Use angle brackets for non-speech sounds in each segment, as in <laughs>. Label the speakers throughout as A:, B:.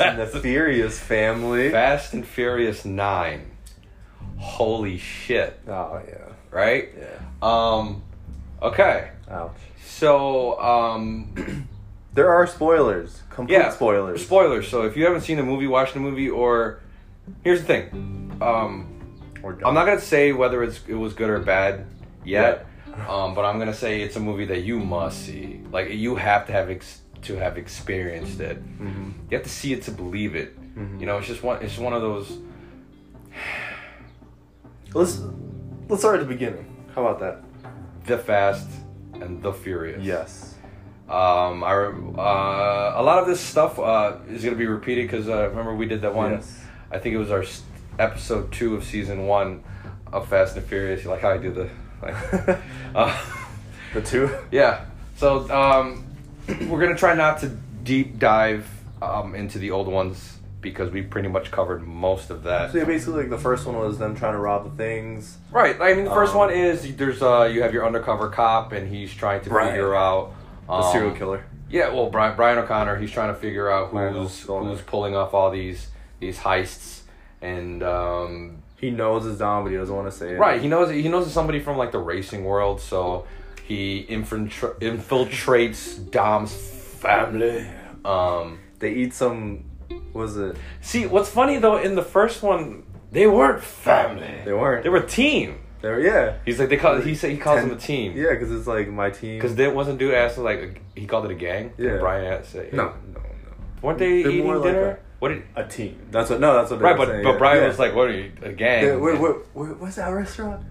A: <laughs>
B: and the Furious family.
A: Fast and Furious 9. Holy shit,
B: Oh yeah,
A: right?
B: yeah.
A: Um okay.
B: Ouch.
A: So
B: <clears throat>
A: um
B: There are spoilers. Complete
A: yeah,
B: spoilers.
A: Spoilers. So if you haven't seen the movie, watch the movie or here's the thing. Um
B: We're done.
A: I'm not gonna say whether it's it was good or bad yet, um, but I'm gonna say it's a movie that you must see. Like you have to have ex- to have experienced it.
B: Mm-hmm.
A: You have to see it to believe it. You know, it's just one. It's one of those.
B: Let's let's start at the beginning. How about that?
A: The fast and the furious.
B: Yes.
A: Um, I re- uh, a lot of this stuff uh, is gonna be repeated because uh, remember we did that one.
B: Yes.
A: I think it was our s episode two of season one of Fast and Furious. You like how I do the like. <laughs> uh,
B: The two. <laughs>
A: Yeah. So um, <clears throat> we're gonna try not to deep dive um, into the old ones because we pretty much covered most of that.
B: So yeah, basically, like the first one was them trying to rob the things.
A: Right. I mean, the first
B: Um,
A: one is there's uh you have your undercover cop and he's trying to
B: Right.
A: figure out
B: The
A: um,
B: serial killer.
A: Yeah. Well, Brian, Brian O'Connor. He's trying to figure out
B: Brian
A: who's
B: O'Connor.
A: who's pulling off all these these heists and um,
B: He knows it's Dom, but he doesn't want to say it.
A: Right, he knows he knows somebody from like the racing world, so he infiltra- infiltrates Dom's family. Um,
B: They eat some. Was it?
A: see, what's funny though in the first one, they weren't family.
B: They weren't.
A: They were a team.
B: They were. Yeah.
A: He's like they call. He said he calls them a
B: Ten-
A: team.
B: Yeah, because it's like my team.
A: Because then wasn't dude asked like a- he called it a gang?
B: Yeah.
A: Brian asked it.
B: no, no, no.
A: Weren't they
B: They're
A: eating
B: more like
A: dinner?
B: a-
A: what did?
B: A team. That's what. No, that's what. They
A: Right,
B: were
A: but
B: saying,
A: but
B: yeah.
A: Brian
B: Yeah.
A: was like, "What are you a gang?"
B: Yeah, wait, wait, wait, what's that restaurant?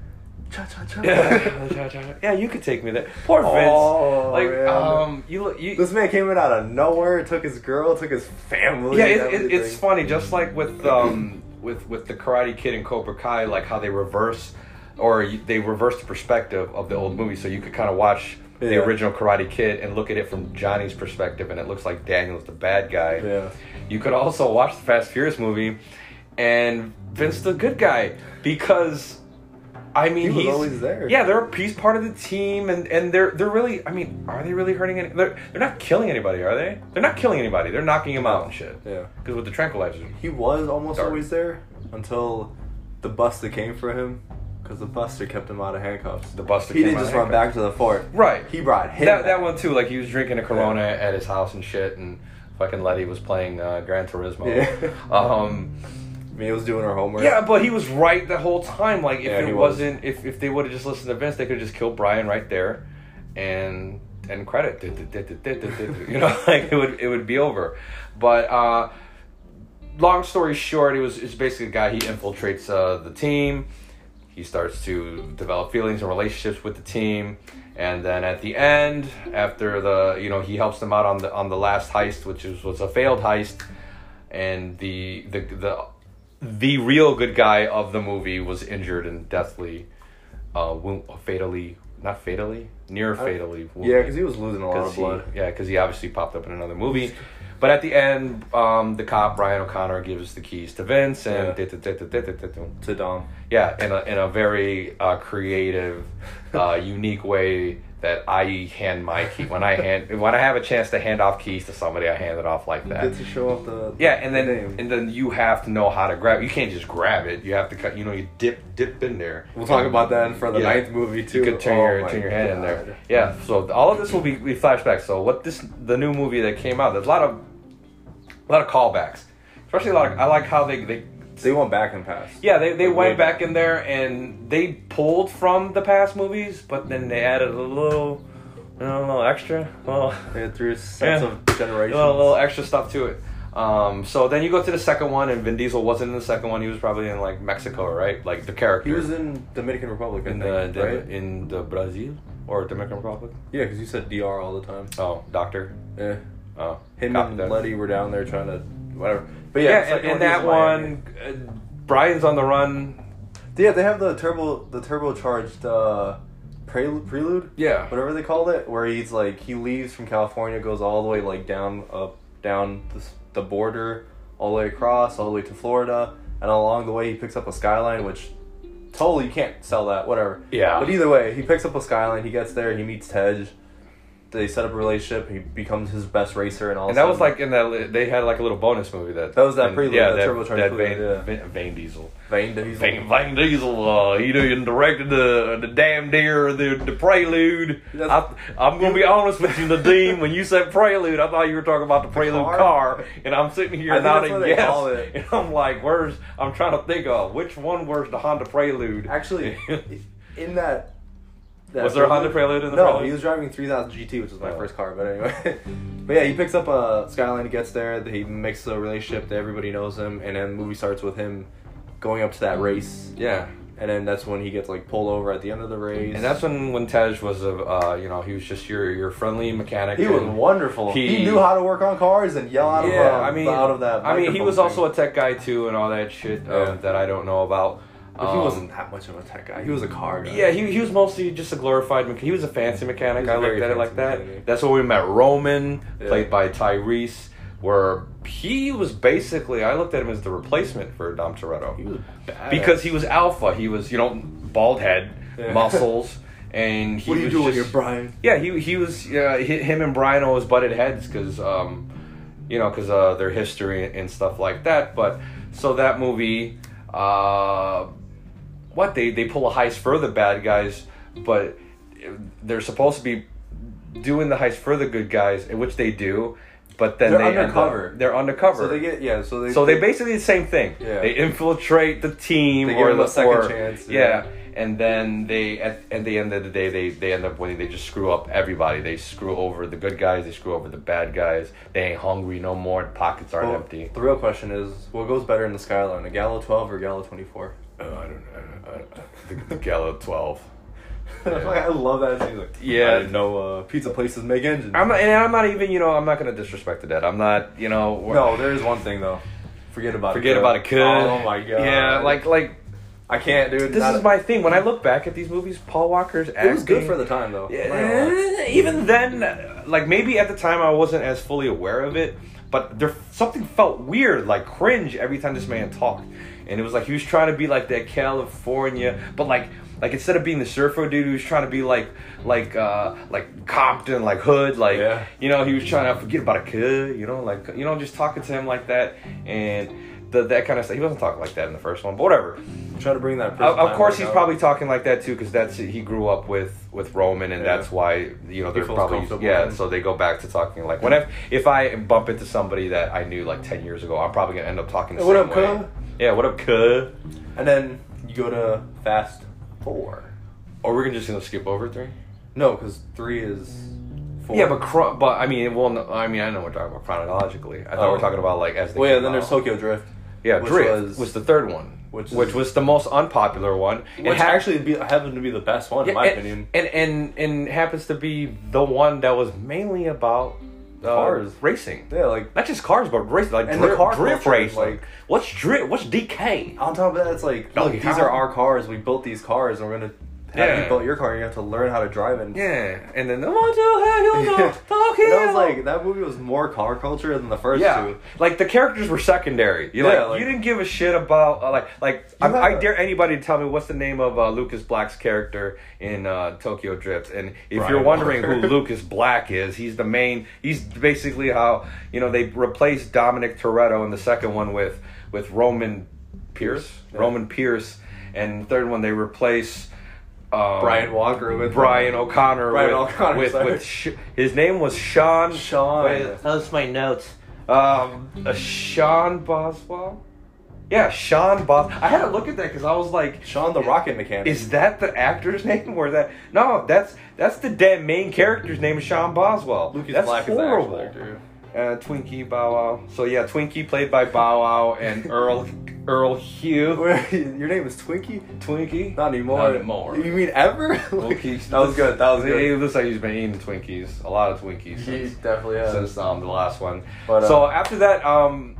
B: Cha cha cha.
A: <laughs> Yeah. yeah, you could take me there. Poor Vince.
B: Oh,
A: like,
B: man.
A: um, you look- you
B: This man came in out of nowhere, took his girl, took his family.
A: yeah, it, it,
B: everything.
A: it's funny. Just like with um with with the Karate Kid and Cobra Kai, like how they reverse or you- they reverse the perspective of the old movie, so you could kind of watch the
B: Yeah.
A: original Karate Kid and look at it from Johnny's perspective, and it looks like Daniel's the bad guy.
B: Yeah.
A: You could also watch the Fast Furious movie, and Vince the good guy because. I mean,
B: He was
A: he's
B: always there.
A: Yeah, they're a piece part of the team, and, and they're they're really. I mean, are they really hurting any? They're, they're not killing anybody, are they? They're not killing anybody. They're knocking him out and shit.
B: Yeah.
A: Because with the tranquilizer.
B: He was almost
A: Dark.
B: always there until the bus that came for him, because the buster kept him out of handcuffs.
A: The bus that
B: He
A: came
B: didn't
A: out of
B: just run back
A: handcuffs.
B: to the fort.
A: Right.
B: He brought him.
A: That,
B: back.
A: that one too. Like he was drinking a Corona at his house and shit, and fucking Letty was playing uh, Gran Turismo.
B: Yeah.
A: Um.
B: Mia was doing her homework.
A: Yeah, but he was right the whole time. Like if
B: Yeah, he
A: it
B: was.
A: wasn't, if if they would have just listened to Vince, they could have just killed Brian right there, and and credit, <laughs> you know, <laughs> like it would it would be over. But uh, long story short, it was it's basically a guy he infiltrates uh, the team. He starts to develop feelings and relationships with the team, and then at the end, after the you know he helps them out on the on the last heist, which is was a failed heist, and the the the the real good guy of the movie was injured and deathly, uh, wound, fatally not fatally near fatally wounded.
B: Yeah, because he was losing a lot of
A: Cause he,
B: blood.
A: yeah, because he obviously popped up in another movie. But at the end, um, the cop Brian O'Connor gives the keys to Vince, and
B: Yeah.
A: da-da-da-da-da-da-da.
B: To Dom.
A: yeah, in a in a very uh, creative, uh,
B: <laughs>
A: unique way that I hand my key when I hand when I have a chance to hand off keys to somebody, I hand it off like that.
B: Good to show off the.
A: Yeah, and then
B: the name.
A: and then you have to know how to grab. You can't just grab it. You have to cut. You know, you dip dip in there.
B: we'll talk about that for the
A: Yeah.
B: ninth movie too.
A: You could turn
B: Oh
A: your
B: my
A: turn your head in
B: God.
A: there. Yeah. So all of this will be, be flashbacks. So what this the new movie that came out? There's a lot of a lot of callbacks. Especially a lot. Of, I like how they they
B: They went back and passed.
A: yeah they, they
B: Like, way
A: went back in there and they pulled from the past movies, but then they added a little I don't know extra. Well, <laughs>
B: Yeah, through his sense
A: Yeah.
B: of generation.
A: a little, little extra stuff to it. Um, so then you go to the second one, and Vin Diesel wasn't in the second one. He was probably in like Mexico, right? Like the character.
B: He was in Dominican Republic, I
A: in uh, the,
B: think,
A: the-
B: right?
A: in the Brazil or Dominican Republic.
B: Yeah, because you said DR all the time.
A: Oh, doctor.
B: Yeah.
A: Oh,
B: Him
A: copy
B: and
A: that.
B: Letty were down there trying to whatever. But yeah,
A: Yeah,
B: second
A: and, and
B: he's
A: that
B: Miami.
A: one, uh, Brian's on the run.
B: Yeah, they have the turbo, the turbocharged uh, prelude, prelude,
A: Yeah.
B: whatever they called it, where he's like he leaves from California, goes all the way like down, up, down the, s- the border, all the way across, all the way to Florida, and along the way he picks up a skyline, which totally you can't sell that, whatever.
A: Yeah.
B: But either way, he picks up a skyline. He gets there. He meets Tej. They set up a relationship. He becomes his best racer, and all. of
A: And
B: a
A: that was
B: sudden-
A: like in that they had like a little bonus movie that
B: That was that
A: and-
B: prelude,
A: yeah,
B: that
A: that,
B: turbocharged
A: that
B: prelude,
A: Vin,
B: yeah.
A: Vin, Vin Diesel.
B: Vin Diesel.
A: Vin, Vin Diesel, uh, he done directed the the Damn Deer, the the Prelude.
B: That's-
A: I, I'm gonna be honest with you, Nadim. When you said Prelude, I thought you were talking about the Prelude
B: car?
A: car. and I'm sitting here
B: I think that's
A: nodding
B: what they call
A: yes,
B: it.
A: and I'm like, "Where's?" I'm trying to think of which one was the Honda Prelude. <laughs>
B: Actually, in that, that
A: Was there a Honda Prelude in the
B: No,
A: Prelude?
B: he was driving 3000 GT, which was my
A: Oh.
B: first car. But anyway, <laughs> but yeah, he picks up a Skyline, he gets there, he makes a relationship that everybody knows him, and then the movie starts with him going up to that race,
A: yeah.
B: and then that's when he gets like pulled over at the end of the race.
A: And that's when when Tej was a uh, you know he was just your your friendly mechanic.
B: he was
A: and-
B: wonderful. He,
A: He-
B: knew how to work on cars and yell out
A: yeah,
B: of um,
A: I mean,
B: out of that.
A: I mean, he was also
B: A,
A: a tech guy too, and all that shit um,
B: Yeah.
A: that I don't know about.
B: but he
A: Um,
B: wasn't that much of a tech guy. He was a car guy.
A: Yeah, he, he was mostly just a glorified mechanic. He was a fancy mechanic.
B: He was
A: I
B: a
A: looked
B: very
A: at it like
B: fancy
A: that.
B: mechanic.
A: That's where we met Roman,
B: Yeah.
A: played by Tyrese, where he was basically, I looked at him as the replacement for Dom Toretto.
B: he was bad.
A: because he was alpha. He was, you know, bald head,
B: Yeah. <laughs>
A: muscles, and he
B: what are you
A: was
B: doing
A: just-
B: here, Brian?
A: yeah, he he was uh, hi- him and Brian always butted heads because um, you know because uh, their history and, and stuff like that. But so that movie, uh, what they they pull a heist for the bad guys, but they're supposed to be doing the heist for the good guys, which they do. But then
B: They're
A: they end up-
B: undercover.
A: they're undercover.
B: So they get yeah. So they
A: So they basically the same thing.
B: Yeah.
A: They infiltrate the team
B: They give
A: or
B: them a
A: the
B: second
A: or-
B: chance,
A: Yeah.
B: yeah.
A: And then they at, at the end of the day they, they end up winning. They just screw up everybody. They screw over the good guys, they screw over the bad guys. They ain't hungry no more, pockets aren't
B: Well,
A: empty.
B: The real question is, what goes better in the Skyline, a Gallo 12 or a Gallo <laughs> 24?
A: Oh, I don't know. I don't- I- the, the Gallo 12.
B: I love that scene. Like,
A: Yeah.
B: I didn't know uh, pizza places make engines.
A: <laughs> I'm not, and I'm not even, you know, I'm not going to disrespect the dead. I'm not, you know, we're-
B: no, there is one thing though. Forget about
A: forget
B: it.
A: about a kid.
B: Oh my god.
A: Yeah, like like
B: I can't, dude.
A: this
B: Not-
A: is my thing. When I look back at these movies, Paul Walker's acting
B: It was good for the time though. I'm not gonna lie.
A: Yeah, even then, like maybe at the time I wasn't as fully aware of it, but there something felt weird, like cringe every time this man talked, and it was like he was trying to be like that California, but like like instead of being the surfer dude, he was trying to be like like uh like Compton, like Hood, like
B: Yeah.
A: you know he was trying to forget about a kid, you know like you know just talking to him like that and the, that kind of stuff. He wasn't talking like that in the first one, but whatever
B: I'm trying to bring that.
A: of,
B: prison
A: of
B: time
A: course
B: back
A: he's
B: out.
A: probably talking like that too because that's he grew up with with roman and
B: Yeah.
A: that's why you know they're
B: feels comfortable
A: probably yeah
B: then.
A: so they go back to talking like when if, if i bump into somebody that i knew like 10 years ago i'm probably gonna end up talking the
B: Hey, what
A: same
B: up,
A: way
B: cuh?
A: yeah what up cuh
B: And then you go to Fast Four.
A: or we're gonna just gonna skip over three
B: No, because three is. Four.
A: yeah but chro- but i mean well no, i mean i know we're talking about chronologically i thought
B: Oh.
A: we're talking about like as they
B: Well, yeah.
A: came
B: Then
A: out.
B: there's Tokyo Drift.
A: yeah
B: which
A: drift
B: was-
A: was, the third one
B: which
A: which,
B: is-
A: was the most unpopular one It
B: Which
A: had-
B: actually be, happened to be the best one in
A: Yeah,
B: my
A: and,
B: opinion.
A: And, and and happens to be the one that was mainly about uh,
B: Cars.
A: racing.
B: Yeah, like
A: Not just cars, but racing, like
B: And
A: dri-
B: the car
A: drift
B: culture is
A: racing.
B: like-
A: what's drift? What's DK?
B: On top of that, it's like,
A: No,
B: look,
A: you
B: these
A: can't.
B: are our cars. We built these cars, and we're gonna have you
A: Yeah.
B: built your car. And you have to learn how to drive it.
A: Yeah, and then the one, two, hell, <laughs> you know,
B: that
A: Tokyo.
B: was like that movie was more car culture than the first
A: yeah,
B: two.
A: like the characters were secondary. You
B: Yeah,
A: like,
B: like-
A: you didn't give a shit about uh, like like I,
B: You
A: I
B: had a-
A: dare anybody to tell me what's the name of uh, Lucas Black's character in uh, Tokyo Drift. And if
B: Brian
A: you're wondering
B: Walker. <laughs>
A: who Lucas Black is, he's the main. He's basically how you know they replaced Dominic Toretto in the second one with with Roman Pierce,
B: Yeah.
A: Roman Pierce, and third one they replace. Um,
B: Brian Walker with
A: Brian O'Connor
B: Brian
A: with,
B: O'Connor,
A: with,
B: sorry.
A: with Sh- his name was Sean
B: Sean.
A: that's my notes. Um, uh, Sean Boswell. Yeah, Sean Bos. I had to look at that because I was like,
B: Sean the Rocket Mechanic.
A: is that the actor's <laughs> name or that? No, that's that's the damn main character's name, is Sean Boswell.
B: Lucas
A: that's
B: Black
A: horrible.
B: is the actual actor.
A: Uh, Twinkie Bow Wow. So yeah, Twinkie played by Bow Wow and
B: <laughs>
A: Earl Earl Hugh.
B: Wait, <laughs> Your name is Twinkie?
A: Twinkie.
B: Not anymore.
A: Not anymore.
B: You mean ever? <laughs> Like,
A: Okay,
B: that was good. That was
A: It
B: good.
A: looks like he's been eating Twinkies, a lot of Twinkies.
B: He
A: since-
B: definitely has.
A: since um, the last one.
B: But, uh,
A: so after that, um,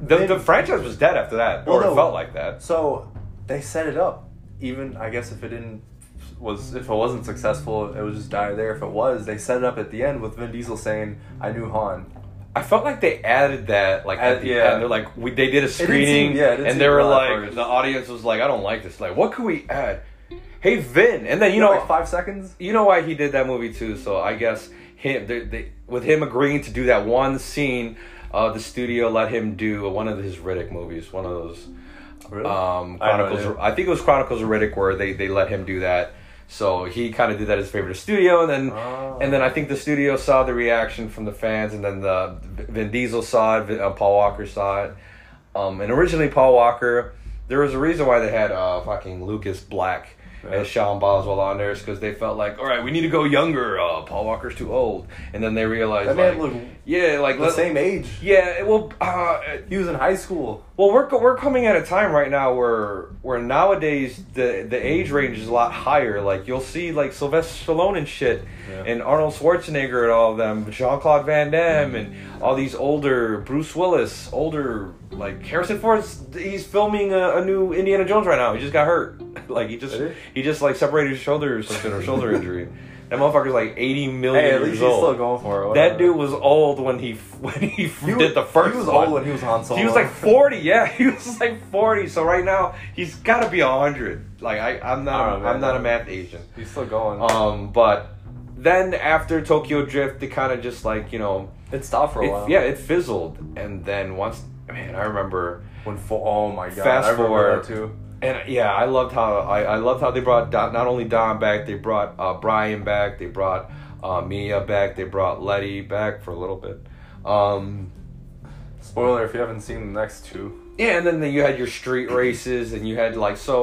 A: the,
B: Then-
A: the franchise was dead after that, or
B: Well, no.
A: it felt like that.
B: So they set it up. Even I guess if it didn't was if it wasn't successful, it would just die there. If it was, they set it up at the end with Vin Diesel saying, "I knew Han."
A: I felt like they added that, like
B: Add-
A: at the
B: yeah.
A: end, they're like we they did a
B: seem-
A: screening,
B: yeah, it didn't
A: and they
B: seem
A: were
B: real at
A: like
B: first.
A: the audience was like, I don't like this. Like, what could we add? Hey Vin, and then you
B: You know,
A: know
B: like five seconds.
A: you know why he did that movie too. So I guess him they, they, with him agreeing to do that one scene. Uh, the studio let him do one of his Riddick movies, one of those
B: Really?
A: um,
B: I had no
A: Chronicles.
B: idea.
A: I, think it was Chronicles of Riddick where they, they let him do that. So he kind of did that as favorite studio, and then
B: Ah.
A: and then I think the studio saw the reaction from the fans, and then the Vin Diesel saw it, Vin- uh, Paul Walker saw it, um, and originally Paul Walker. There was a reason why they had uh, fucking Lucas Black
B: Yeah.
A: and Sean Boswell on there, is because they felt like, all right, we need to go younger. Uh, Paul Walker's too old, and then they realized,
B: That man
A: like,
B: looked
A: yeah, like
B: the
A: let-
B: same age.
A: Yeah, well, uh,
B: He was in high school.
A: well, we're co- we're coming at a time right now where where nowadays the the age range is a lot higher. Like you'll see like Sylvester Stallone and shit,
B: Yeah.
A: and Arnold Schwarzenegger and all of them, Jean Claude Van
B: Mm-hmm.
A: Damme, and all these older Bruce Willis, older like Harrison Ford. He's filming a, a new Indiana Jones right now. He just got hurt. <laughs> like he just
B: Did he?
A: he just like separated his shoulder or something
B: <laughs>
A: or shoulder injury. That motherfucker's like eighty million
B: Hey, at
A: years
B: least he's
A: old.
B: still going for it.
A: That
B: whatever.
A: dude was old when he <laughs> when he,
B: He
A: did the first.
B: He was
A: one.
B: old when he was on Solo.
A: He was like 40, yeah. <laughs> He was like 40. So right now, he's got to be 100. Like I I'm not
B: I don't know,
A: I'm not a
B: Oh, man.
A: math agent.
B: <laughs> he's still going.
A: Um but then after Tokyo Drift, they kind of just like, you know,
B: it stopped for a
A: it-
B: while.
A: yeah, it fizzled and then once man, I remember
B: When fo- oh my god.
A: Fast
B: I remember
A: forward.
B: that too.
A: and yeah, I loved how I, I loved how they brought Don, not only Don back, they brought uh, Brian back, they brought uh, Mia back, they brought Letty back for a little bit. Um
B: Spoiler if you haven't seen the next two.
A: Yeah, and then the- you had your street races, and you had like so.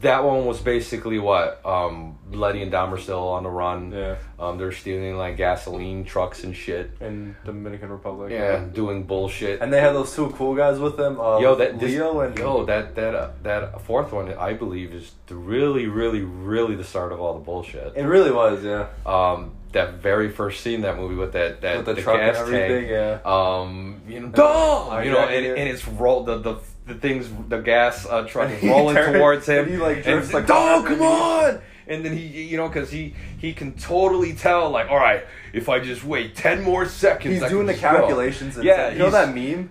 A: That one was basically what um, Letty and Dom are still on the run.
B: Yeah.
A: Um, they're stealing like gasoline trucks and shit.
B: In Dominican Republic.
A: Yeah, doing bullshit.
B: And they had those two cool guys with them. Uh,
A: yo, that this-
B: Leo and
A: yo, that that uh, that fourth one, I believe, is the really, really, really the start of all the bullshit.
B: It really was, yeah.
A: Um, that very first scene in that movie with that that
B: With the, truck and
A: gas
B: everything,
A: tank.
B: yeah.
A: um, you know, Dom,
B: I
A: you know,
B: got
A: and,
B: you.
A: and it's roll the the the things the gas uh, truck is
B: <laughs> He
A: rolling
B: turns-
A: towards him.
B: and he, like, drifts
A: and,
B: the
A: Dom,
B: car
A: come
B: underneath.
A: on! And then he, you know, because he he can totally tell, like, all right, if I just wait ten more seconds,
B: He's
A: I can
B: doing the
A: just go."
B: calculations. And
A: Yeah,
B: yeah, you know
A: he's-
B: that meme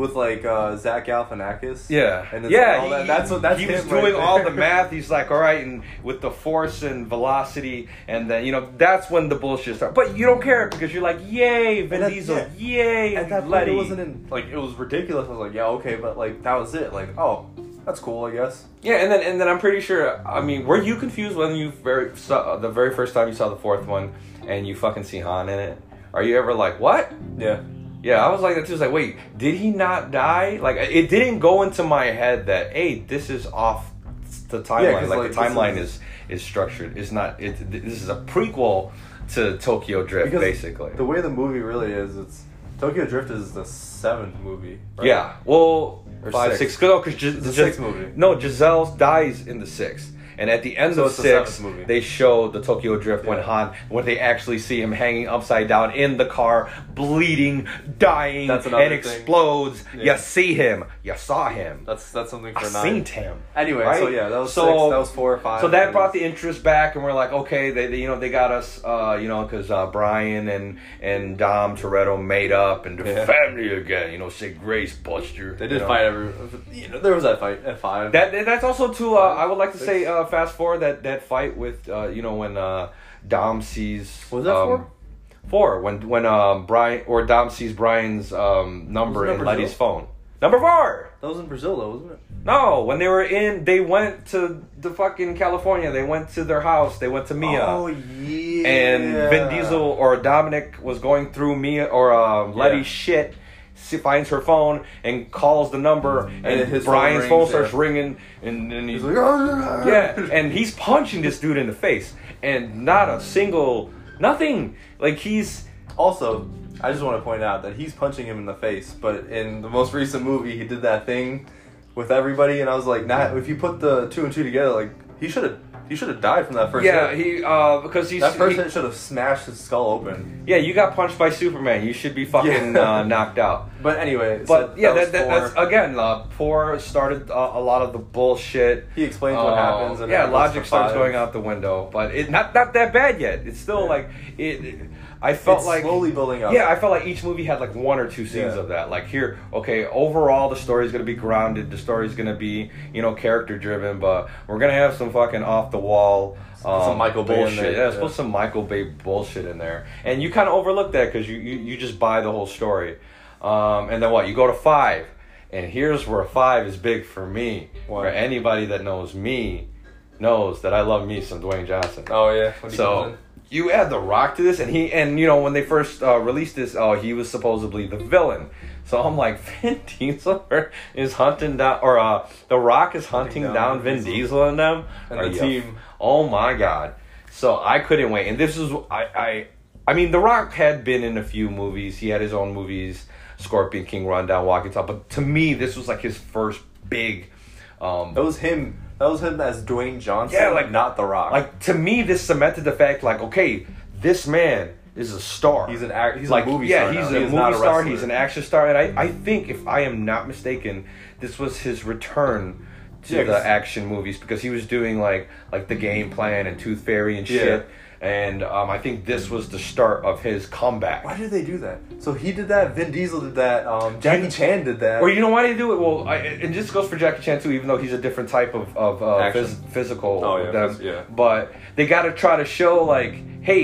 B: with like uh, Zach Galifianakis.
A: Yeah,
B: and it's
A: yeah.
B: like all
A: he-
B: that- that's what that's
A: he
B: him
A: was
B: right
A: doing all the
B: there.
A: math. He's like, all right, and with the force and velocity, and then you know that's when the bullshit starts. But you don't care because you're like, yay, Vin
B: And that-
A: Diesel,
B: yeah.
A: yay,
B: <laughs> At that point,
A: Letty.
B: it wasn't in like it was ridiculous. I was like, yeah, okay, but like that was it. Like, oh, that's cool, I guess.
A: Yeah, and then and then I'm pretty sure. I mean, were you confused when you very saw the very first time you saw the fourth one and you fucking see Han in it? Are you ever like, what?
B: Yeah,
A: Yeah, I was like that too. It's like, wait, did he not die? Like, it didn't go into my head that hey, this is off the timeline.
B: 'cause,
A: like,
B: like,
A: the
B: this
A: timeline
B: is-
A: is... is structured. It's not. It th- this is a prequel to Tokyo Drift,
B: because
A: basically.
B: the way the movie really is, it's Tokyo Drift is the seventh movie. right?
A: Yeah. Well,
B: Or
A: five, six.
B: six.
A: 'cause- No, because
B: a sixth movie.
A: No, Giselle dies in the sixth, and at the end
B: So
A: of
B: it's the
A: six,
B: seventh movie.
A: they show the Tokyo Drift when
B: Yeah.
A: Han, when they actually see him hanging upside down in the car, bleeding, dying,
B: That's another
A: and
B: thing.
A: explodes.
B: Yeah.
A: You see him. You saw him.
B: that's that's something for
A: I
B: nine.
A: seen him.
B: Anyway, so
A: Right?
B: yeah, that was
A: So-
B: six, that was four, five.
A: So that
B: and-
A: brought the interest back, and we're like, okay, they, they- you know they got us, uh, you know, because uh, Brian and and Dom Toretto made up and they're
B: Yeah.
A: family again. You know, say grace, Buster.
B: They
A: you
B: did
A: know.
B: fight every. You know, there was that fight at five.
A: That and that's also too. Uh, I would like to say uh, fast forward that that fight with uh, you know when uh, Dom sees
B: Was that
A: um,
B: four?
A: Four when when um, Brian or Dom sees Brian's um, number
B: Was it
A: in
B: number
A: Letty's
B: zero?
A: phone. Number four.
B: that was in Brazil, though, wasn't it?
A: No, when they were in, they went to the fucking California. They went to their house. They went to Mia.
B: Oh yeah.
A: and uh, Vin Diesel or Dominic was going through Mia or um, Letty's shit. She finds her phone and calls the number, and,
B: his phone
A: Brian's phone,
B: rings, yeah.
A: starts ringing, and then he's
B: He's like, <laughs> "Ah."
A: yeah, and he's punching this dude in the face, and not a single nothing. Like he's
B: Also, I just want to point out that he's punching him in the face, but in the most recent movie, he did that thing with everybody, and I was like, nah, if you put the two and two together, like he should have, he should have died from that first.
A: yeah
B: hit.
A: he uh because he's
B: that first
A: he-
B: hit should have smashed his skull open.
A: yeah you got punched by Superman. You should be fucking
B: Yeah.
A: uh, knocked out.
B: But anyway,
A: But
B: so
A: yeah,
B: was
A: that, that, that's
B: four.
A: again. Uh, poor started uh, a lot of the bullshit.
B: He explains
A: Uh,
B: what happens, and
A: yeah,
B: then it goes
A: logic
B: to
A: starts
B: five.
A: going out the window, but it not not that bad yet. It's still
B: Yeah.
A: like it. I felt
B: It's
A: like
B: slowly building up.
A: Yeah, I felt like each movie had like one or two scenes
B: Yeah.
A: of that. Like here, okay, overall the story's gonna be grounded. The story's gonna be you know character driven, but we're gonna have some fucking off off the wall.
B: Put some Michael Bay in
A: bullshit.
B: there,
A: Yeah, let's
B: yeah.
A: put some Michael Bay bullshit in there, and you kind of overlook that because you, you you just buy the whole story, um, and then what? You go to five, and here's where five is big for me.
B: Why?
A: For anybody that knows me, knows that I love me some Dwayne Johnson.
B: Oh yeah. What do you
A: So
B: call it?
A: you add The Rock to this, and he and you know when they first uh, released this, oh, he was supposedly the villain. So I'm like, <laughs> Vin Diesel is hunting down, or uh, The Rock is hunting
B: down
A: down,
B: Vin
A: Vin
B: Diesel.
A: Diesel. and them
B: And
A: Are
B: the
A: you-
B: team.
A: Oh my god! So I couldn't wait, and this is I I I mean, The Rock had been in a few movies. He had his own movies, Scorpion King, Rundown, Walking Top. But to me, this was like his first big. Um,
B: that was him. That was him as Dwayne Johnson.
A: Yeah, like-
B: not The Rock.
A: like to me this cemented the fact like okay this man is a star
B: He's an act. He's
A: like
B: a movie
A: yeah
B: star. now.
A: he's
B: He
A: a
B: is not
A: movie star
B: wrestler.
A: he's an action star and I, I think if i am not mistaken this was his return to
B: Yeah, 'cause-
A: the action movies because he was doing like like the game plan and tooth fairy and
B: Yeah.
A: shit and um, i think this was the start of his comeback
B: Why did they do that? So he did that. Vin Diesel did that. Um, Jackie Chan did that.
A: Well, you know why they do it. Well, I, and this goes for Jackie Chan too, even though he's a different type of of uh,
B: Action.
A: phys- physical.
B: Oh,
A: with
B: yeah,
A: them.
B: phys- yeah.
A: But they got to try to show like, hey,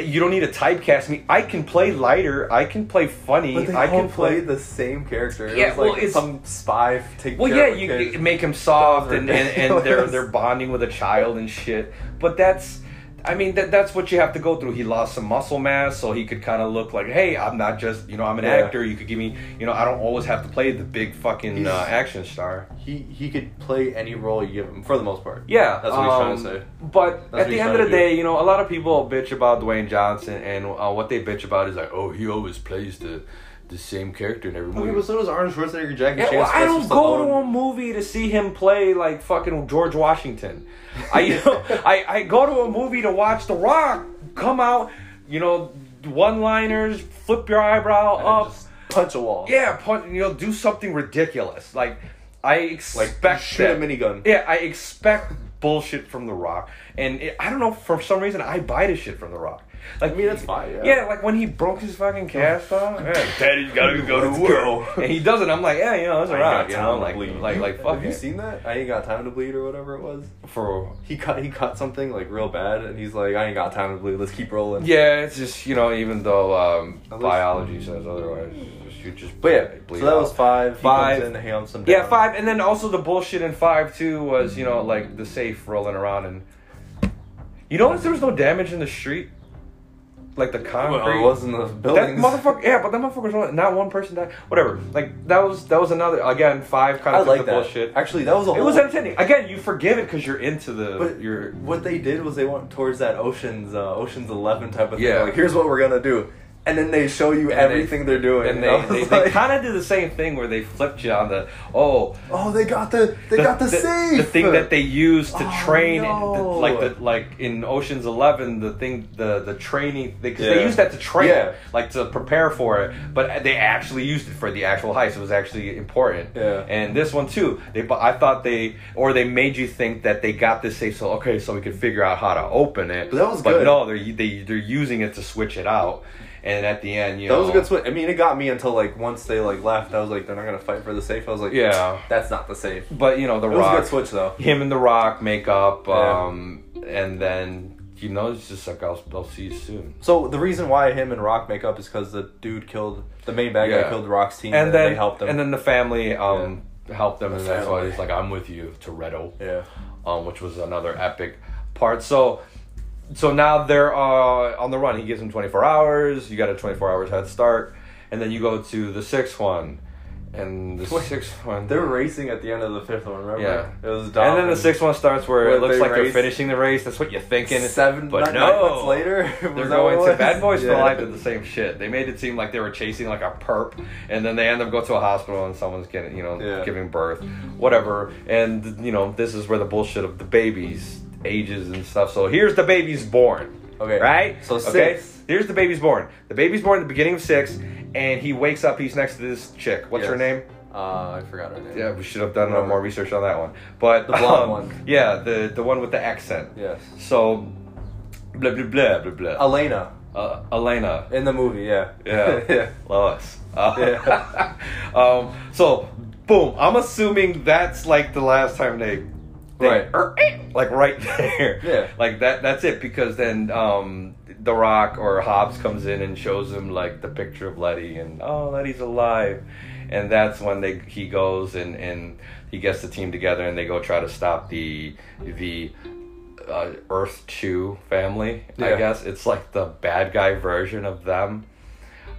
A: you don't need to typecast me. I can play lighter. I can play funny.
B: but they
A: I
B: all
A: can play.
B: play the same character. It
A: Yeah,
B: was like
A: well, it's-
B: some spy f- taking
A: well,
B: care
A: yeah,
B: of a
A: you,
B: kid.
A: you make him soft
B: That
A: and,
B: was
A: and,
B: <laughs>
A: and they're
B: ridiculous.
A: they're bonding with a child and shit. But that's. I mean that that's what you have to go through. He lost some muscle mass, so he could kind of look like, "Hey, I'm not just you know I'm an
B: Yeah.
A: actor. You could give me you know I don't always have to play the big fucking
B: He's-
A: uh, action star."
B: he he could play any role you give him for the most part.
A: Yeah,
B: that's what he's trying to
A: um,
B: say.
A: But
B: what
A: at
B: he's
A: the end
B: trying
A: of the
B: to do.
A: day, you know, a lot of people bitch about Dwayne Johnson, and uh, what they bitch about is like, oh, he always plays the the same character in every movie.
B: Okay, but so does Arnold Schwarzenegger, Jackie
A: Yeah,
B: Chan.
A: well, I don't
B: Sylvester
A: go to
B: Stallone.
A: a movie to see him play like fucking George Washington. I, you
B: <laughs>
A: know, I I go to a movie to watch The Rock come out, you know, one liners, flip your eyebrow
B: And
A: up,
B: just punch a wall.
A: yeah, punch, you know, do something ridiculous. Like I
B: like
A: expect
B: shoot
A: that.
B: a minigun.
A: Yeah, I expect bullshit from The Rock, and it, I don't know for some reason I buy this shit from The Rock. Like
B: I mean, that's fine, yeah.
A: like when he broke his fucking cast
B: <laughs>
A: off, yeah, Daddy's gotta go
B: Let's
A: to
B: go.
A: work, and he doesn't. I'm like, yeah, you know, that's a
B: I ain't got
A: rock, you
B: time
A: know,
B: to
A: like,
B: bleed.
A: like, like, fuck
B: Have you
A: it.
B: seen that? I ain't got time to bleed or whatever it was.
A: for
B: He cut he cut something like real bad, and he's like, I ain't got time to bleed. Let's keep rolling.
A: yeah, it's just you know, even though um,
B: least-
A: biology says otherwise, just- you just
B: But yeah,
A: bleed
B: so that
A: out.
B: was five.
A: Five.
B: He comes in, hams some
A: Yeah,
B: down.
A: five, and then also the bullshit in five too was you know like the safe rolling around and you notice there was no damage in the street, like the concrete.
B: Well, it wasn't the
A: that
B: buildings.
A: motherfucker, yeah, but that motherfucker's only, not one person died. Whatever, like that was that was another again five kind
B: I
A: of took
B: like
A: the
B: that.
A: bullshit.
B: Actually, that was a
A: It
B: whole.
A: was entertaining. Again, you forgive it because you're into the
B: But
A: your
B: what they did was they went towards that Ocean's uh, Ocean's Eleven type of
A: Yeah.
B: thing. Like, here's what we're gonna do, and then they show you
A: and they-
B: everything they, are doing.
A: And
B: I
A: <laughs>
B: was <laughs>
A: they, they, they
B: like,
A: kind of do the same thing where they flipped you on the oh
B: oh, they got the they got the, safe.
A: The thing that they use to
B: Oh,
A: train, the,
B: no.
A: like the like in Ocean's Eleven, the thing, the the training, because
B: Yeah.
A: they use that to train,
B: Yeah.
A: like to prepare for it. But they actually used it for the actual heist. It was actually important.
B: Yeah.
A: And this one too, they bu- I thought they or they made you think that they got this safe, so okay, so we could figure out how to open it.
B: But that was
A: but
B: good.
A: no, they're they, they're using it to switch it out. And at the end, you
B: that
A: know,
B: was a good switch. I mean, it got me until like once they like left. I was like, they're not gonna fight for the safe. I was like,
A: Yeah.
B: that's not the safe. It
A: But you know, the
B: was
A: rock.
B: a good switch though.
A: him and The Rock make up,
B: Yeah.
A: um, and then you know it's just like I'll, I'll see you soon.
B: So the reason why him and Rock make up is because the dude killed the main bad guy
A: Yeah.
B: killed Rock's team,
A: And then
B: they helped him.
A: and then the family um helped them, and that's why
B: family.
A: he's like I'm with you, Toretto,
B: yeah,
A: um, which was another epic part. So. So now they're uh, on the run. He gives them 24 hours. You got a 24 hours head start, and then you go to the sixth one, and the
B: Wait,
A: sixth one.
B: they're racing at the end of the fifth one. Remember?
A: Yeah.
B: it was. Dom
A: And then the sixth one starts where
B: Where
A: it looks
B: they
A: like
B: race-
A: they're finishing the race. That's what you're thinking.
B: seven,
A: but
B: but
A: no.
B: nine months later, <laughs> was
A: They're
B: that what
A: going
B: it
A: to
B: was?
A: Bad Boys for
B: Yeah.
A: Life did the same shit. They made it seem like they were chasing like a perp, and then they end up going to a hospital and someone's getting you know
B: Yeah.
A: giving birth, whatever. And you know this is where the bullshit of the babies ages and stuff. So here's the baby's born.
B: Okay.
A: Right.
B: So
A: Okay?
B: six.
A: Here's the baby's born. The baby's born at the beginning of six, and he wakes up. He's next to this chick. What's her
B: Yes.
A: name?
B: Uh, I forgot her name.
A: Yeah, we should have done uh,
B: Whatever.
A: more research on that one. But
B: The blonde
A: um,
B: one.
A: Yeah, the the one with the accent.
B: Yes.
A: So, blah blah blah blah blah.
B: Elena
A: uh, Elena.
B: in the movie. Yeah.
A: Yeah.
B: <laughs> yeah.
A: Lois. Uh, <laughs>
B: Yeah.
A: um, so, boom. I'm assuming that's like the last time they thing.
B: Right.
A: Er, eh, Like right <laughs> there.
B: Yeah.
A: Like that that's it because then um The Rock or Hobbs comes in and shows him like the picture of Letty and oh Letty's alive. And that's when they he goes and and he gets the team together and they go try to stop the the uh, Earth 2 family, I
B: Yeah.
A: guess. It's like the bad guy version of them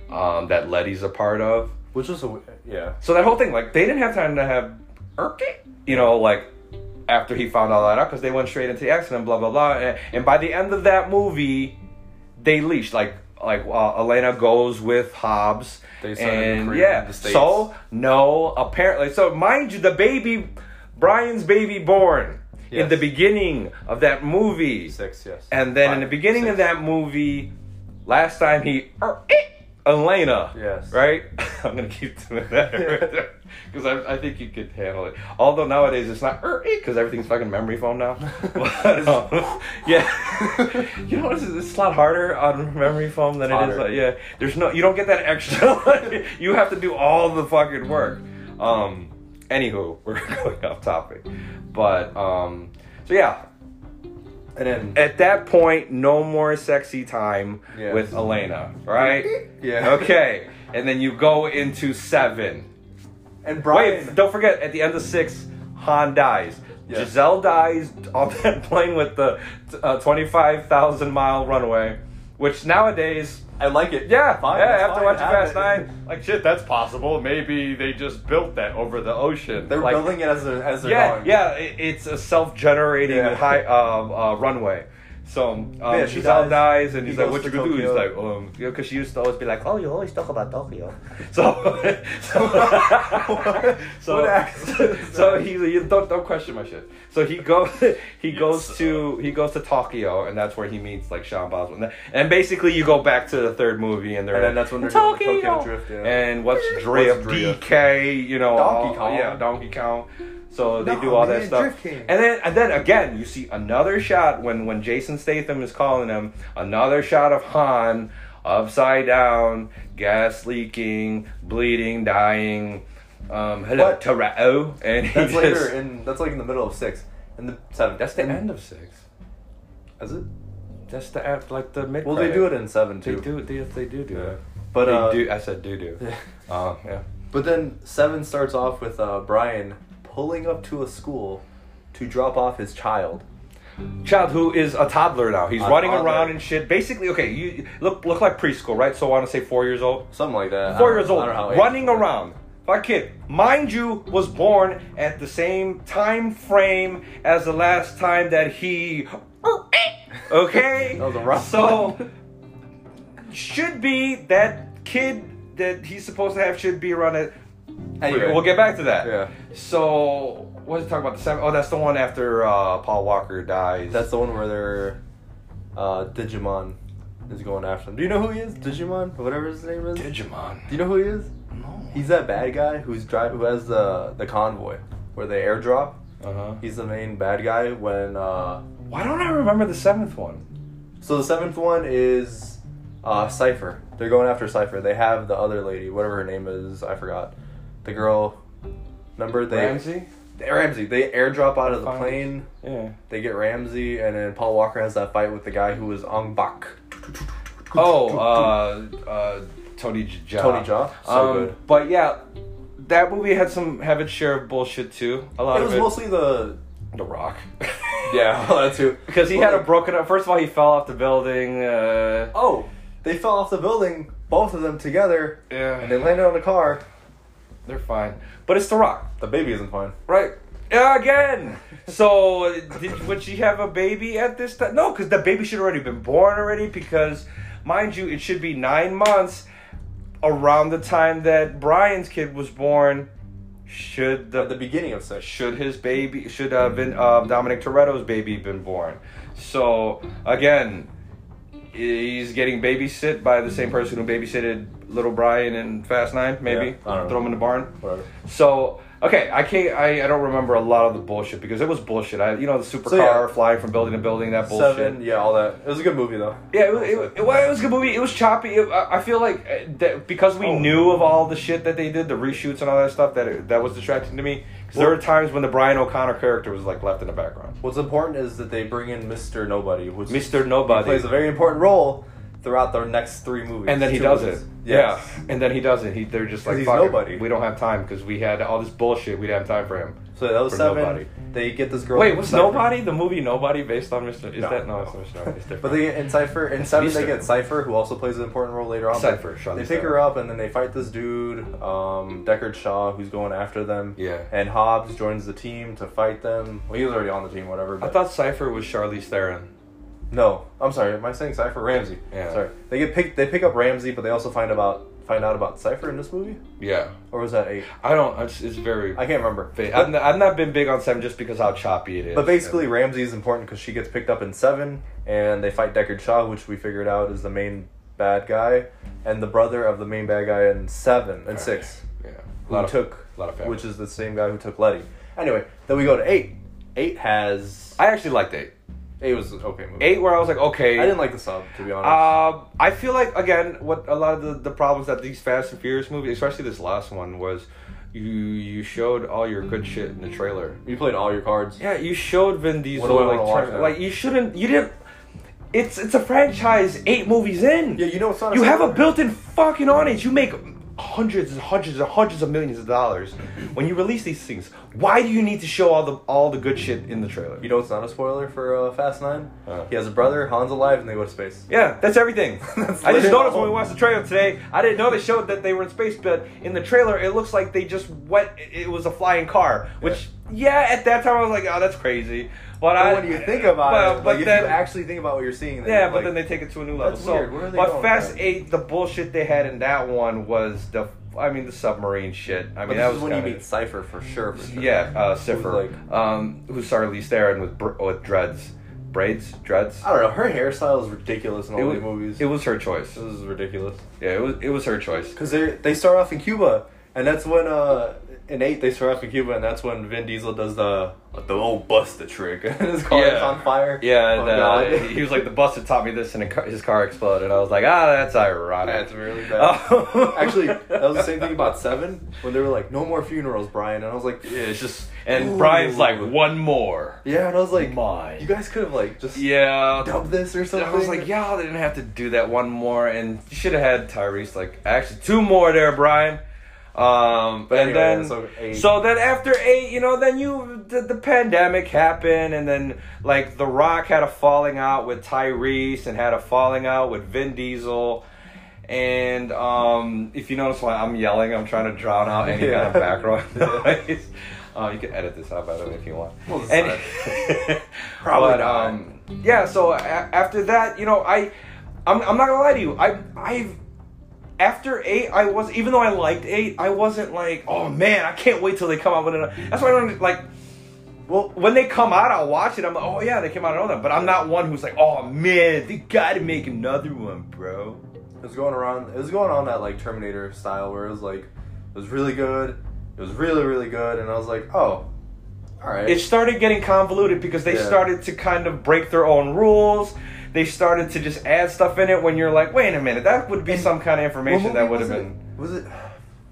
A: um, that Letty's a part of.
B: Which is a w- yeah.
A: So that whole thing, like, they didn't have time to have Erky, you know, like, after he found all that out, because they went straight into the accident, blah, blah, blah. And, and by the end of that movie, they leash, like, like uh, Elena goes with Hobbs,
B: They started
A: and
B: creating
A: yeah,
B: the states.
A: so no, apparently, so mind you, the baby, Brian's baby born in
B: Yes.
A: the beginning of that movie,
B: Six, yes.
A: and then in the
B: Five,
A: beginning
B: six.
A: of that movie, last time he er, eh, Elena.
B: Yes.
A: Right? <laughs> I'm gonna keep doing
B: <laughs>
A: that because I, I think you could handle it. Although nowadays it's not because everything's fucking memory foam
B: <laughs>
A: now. But, um, <laughs> yeah. you know, it's, it's a lot harder on memory foam than it is.
B: Harder.
A: Like, yeah. There's no. You don't get that extra. <laughs> you have to do all the fucking work. Um. Anywho, <laughs> we're going off topic, but um. So yeah,
B: and then
A: at that point, no more sexy time
B: Yeah.
A: with Elena, <laughs> right?
B: Yeah.
A: Okay. And then you go into seven.
B: and
A: Wait,
B: Brian.
A: don't forget, at the end of six, Han dies.
B: Yes.
A: Giselle dies on <laughs> that plane with the uh, 25,000 mile runway, which nowadays.
B: I like it.
A: Yeah,
B: Fine,
A: yeah.
B: that's
A: After
B: fine,
A: watching
B: have
A: Fast
B: it.
A: Nine, like shit, that's possible. Maybe they just built that over the ocean.
B: they're
A: Like,
B: building it as they're as they're
A: yeah,
B: going.
A: yeah, i- it's a self-generating
B: Yeah.
A: high um, uh, runway. So um,
B: Yeah, she
A: Giselle
B: dies.
A: dies, and
B: He
A: he's like,
B: goes
A: "What you
B: to
A: gonna do?" He's like,
B: Tokyo.
A: "Um, because she used to always be like, oh, you always talk about Tokyo." <laughs> So,
B: <laughs>
A: so,
B: What? What
A: so,
B: accent
A: <laughs>
B: is
A: so
B: that?
A: he you don't don't question my shit. So he goes <laughs> he goes to he goes to Tokyo, and that's where he meets like Sean Boswell, and, that- and basically you go back to the third movie, and they're
B: And then
A: like,
B: that's when they're doing the
A: Tokyo,
B: Tokyo Drift, yeah.
A: and what's Drea,
B: What's Drea?
A: DK, you know,
B: Donkey
A: all-
B: Kong.
A: yeah, Donkey Kong. So they
B: No,
A: do all that
B: man,
A: stuff,
B: Drift King.
A: and then and then again you see another shot when when Jason Statham is calling him, another shot of Han upside down, gas leaking, bleeding, dying. Um, hello,
B: But-
A: Tarao, and he
B: That's
A: just,
B: later in that's like in the middle of six and the seven.
A: that's the
B: And-
A: end of six.
B: Is it?
A: That's the app, like the mid.
B: Well, they do it in seven
A: They
B: too.
A: do it. They, they do do it.
B: But
A: they
B: uh,
A: do. I said do do. Uh, yeah.
B: But then seven starts off with uh, Brian pulling up to a school to drop off his child.
A: child who is a toddler now. He's
B: A
A: running
B: toddler.
A: around and shit. Basically, okay, you look look like preschool, right? So I want to say four years old.
B: Something like that.
A: Four
B: I
A: years
B: don't- I
A: old,
B: don't know how
A: running
B: ages work.
A: around. My kid, mind you, was born at the same time frame as the last time that he. Okay.
B: That was a rough
A: So should be that kid that he's supposed to have should be around it.
B: Anyway.
A: We'll get back to that.
B: Yeah.
A: So what was it talking about? The seven oh that's the one after uh, Paul Walker dies.
B: That's the one where they're uh, Digimon is going after him. Do you know who he is? Digimon, whatever his name is.
A: Digimon.
B: Do you know who he is? He's that bad guy who's dri- who has the the convoy where they airdrop.
A: Uh-huh.
B: He's the main bad guy when. Uh,
A: Why don't I remember the seventh one?
B: So the seventh one is uh, Cipher. They're going after Cipher. They have the other lady, whatever her name is, I forgot. The girl. Remember they
A: Ramsey?
B: They- Ramsey. They airdrop out of the
A: Fine.
B: plane.
A: Yeah.
B: They get Ramsey, and then Paul Walker has that fight with the guy who was Ong Bak.
A: Oh, uh, uh, Tony J- Jaa.
B: Tony Jaa? So good.
A: But yeah, that movie had some have its share of bullshit too. A lot
B: It
A: of
B: was
A: it.
B: mostly the
A: the <laughs> Rock.
B: yeah <laughs>
A: <laughs>
B: that too
A: because he had a broken up. First of all, he fell off the building. Uh,
B: oh they fell off the building both of them together
A: Yeah.
B: and they landed on a car.
A: They're fine, but it's the Rock,
B: The baby isn't fine.
A: right? Yeah, again. So, did, would she have a baby at this time? No, because the baby should already been born already. Because, mind you, it should be nine months around the time that Brian's kid was born. Should
B: At the beginning of session.
A: should his baby should uh, been uh, Dominic Toretto's baby been born? So again, he's getting babysit by the same person who babysitted little Brian in Fast Nine. Maybe
B: Yeah, I don't know.
A: throw him in the barn.
B: Whatever.
A: So Okay, I can't. I, I don't remember a lot of the bullshit because it was bullshit. I you know the supercar
B: yeah.
A: flying from building to building that bullshit.
B: Seven, yeah, all that. It was a good movie though.
A: Yeah, it, wa- it, wa- it, wa- it was a good movie. It was choppy. It, I I feel like uh, that because we
B: Oh.
A: knew of all the shit that they did, the reshoots and all that stuff, that it, that was distracting to me. Because there
B: Well-
A: were times when the Brian O'Connor character was like left in the background.
B: What's important is that they bring in Mr. Nobody, which
A: Mr. Nobody.
B: plays a very important role throughout their next three movies.
A: And then he
B: Two
A: does
B: movies.
A: it.
B: Yes.
A: Yeah. And then he does it. He they're just
B: 'Cause
A: like
B: he's
A: fuck it.
B: nobody.
A: We don't have time because we had all this bullshit. We didn't have time for him.
B: So that was
A: For
B: seven.
A: Nobody.
B: They get this girl.
A: Wait,
B: from
A: what's
B: Cypher.
A: Nobody? The movie Nobody based on Mr. Is
B: No,
A: that no?
B: no.
A: It's not Mr. Nobody. It's different.
B: But they get in Cypher. In seven, they
A: Mr.
B: get Cypher, who also plays an important role later on.
A: Cypher, Sean
B: They
A: Cypher.
B: pick her up, and then they fight this dude, um, Deckard Shaw, who's going after them.
A: Yeah.
B: And Hobbs joins the team to fight them. Well, he was already on the team, whatever.
A: I
B: But
A: thought Cipher was Charlize Theron.
B: no, I'm sorry. Am I saying Cypher? Ramsey.
A: Yeah.
B: Sorry. They get picked. They pick up Ramsey, but they also find about find out about Cypher in this movie.
A: Yeah.
B: Or was that eight?
A: I don't. It's, it's very.
B: I can't remember.
A: But I've, not, I've not been big on Seven just because how choppy it is.
B: But basically, Ramsey is important because she gets picked up in seven, and they fight Deckard Shaw, which we figured out is the main bad guy, and the brother of the main bad guy in seven and six,
A: yeah, a
B: who
A: lot of
B: took,
A: a lot of family.
B: which is the same guy who took Letty. Anyway, then we go to eight. Eight has
A: I actually liked eight.
B: eight was an okay movie.
A: Eight, where I was like, okay,
B: I didn't like the sub to be honest.
A: Um, I feel like again, what a lot of the, the problems that these Fast and Furious movies, especially this last one, was you you showed all your good shit in the trailer.
B: you played all your cards.
A: Yeah, you showed Vin Diesel
B: do I
A: like
B: wanna watch
A: turn-
B: now?
A: like you shouldn't you didn't. It's it's a franchise eight movies in.
B: Yeah, you know it's not.
A: You have a
B: sequel.
A: built-in fucking audience. You make hundreds and hundreds and hundreds of millions of dollars when you release these things. Why do you need to show all the all the good shit in the trailer?
B: You know it's not a spoiler for uh, Fast Nine.
A: Uh.
B: he has a brother. Han's alive, and they go to space.
A: Yeah, that's everything.
B: <laughs> That's
A: I just
B: literally
A: noticed
B: all.
A: when we watched the trailer today. I didn't know they showed that they were in space, but in the trailer, it looks like they just went. It was a flying car, which yeah, at that time I was like, oh, that's crazy. But
B: But
A: I,
B: when you think about
A: but,
B: it,
A: but
B: like,
A: then,
B: if you actually think about what you're seeing, then
A: yeah,
B: you're
A: but
B: like,
A: then they take it to a new level.
B: That's
A: So,
B: weird. Where are they
A: but
B: going with
A: Fast
B: that?
A: Eight, the bullshit they had in that one was the. I mean, the submarine shit. I mean,
B: But
A: that
B: this
A: was
B: is when
A: kinda-
B: you meet Cipher for sure. For sure.
A: Yeah, uh, Cipher,
B: like-
A: um, who's Sarlee Theron with br- with dreads, braids, dreads.
B: I don't know. Her hairstyle is ridiculous in all
A: It was,
B: the movies.
A: it was her choice.
B: this is ridiculous.
A: Yeah, it was it was her choice.
B: Because they they start off in Cuba, and that's when uh in eight they start off in Cuba, and that's when Vin Diesel does the the old bust the <laughs> trick, and his car is
A: Yeah.
B: on fire.
A: Yeah, and,
B: Oh,
A: uh,
B: God.
A: he was like, the buster taught me this, and a car- his car exploded. I was like, ah, that's ironic.
B: <laughs> That's
A: <laughs>
B: really bad.
A: Oh.
B: Actually, that was the same
A: <laughs>
B: thing about Seven when they were like, "No more funerals, Brian," and I was like,
A: Yeah, it's just, and
B: Ooh.
A: Brian's like, one more.
B: "Yeah," and I was like,
A: My.
B: "You guys could have like just
A: Yeah.
B: dubbed this or something."
A: I was like, yeah, they didn't have to do that one more, and you should have had Tyrese like actually two more there, Brian. Um,
B: But
A: and
B: anyway,
A: then
B: so eight.
A: so then after eight, you know, then you the, the pandemic happened, and then like The Rock had a falling out with Tyrese, and had a falling out with Vin Diesel. And um, if you notice why I'm yelling, I'm trying to drown out any kind of
B: Yeah. <laughs>
A: background
B: Yeah.
A: noise. <laughs> Uh, you can edit this out by the way if you want.
B: We'll just
A: And-
B: edit
A: <laughs>
B: Probably
A: but,
B: not.
A: um, yeah. So a- after that, you know, I, I'm, I'm not gonna lie to you. I, I've after eight, I was even though I liked eight, I wasn't like, oh man, I can't wait till they come out with another. That's why I don't like. Well, when they come out, I'll watch it. I'm like, oh yeah, they came out another. one. But I'm not one who's like, oh man, they gotta make another one, bro.
B: It was going around. It was going on that like Terminator style where it was like it was really good. It was really really good, and I was like, oh, all right.
A: it started getting convoluted because they
B: Yeah.
A: started to kind of break their own rules. They started to just add stuff in it when you're like, wait a minute, that would be
B: And-
A: some kind of
B: What
A: information
B: movie
A: that would have
B: was it?
A: been.
B: Was it?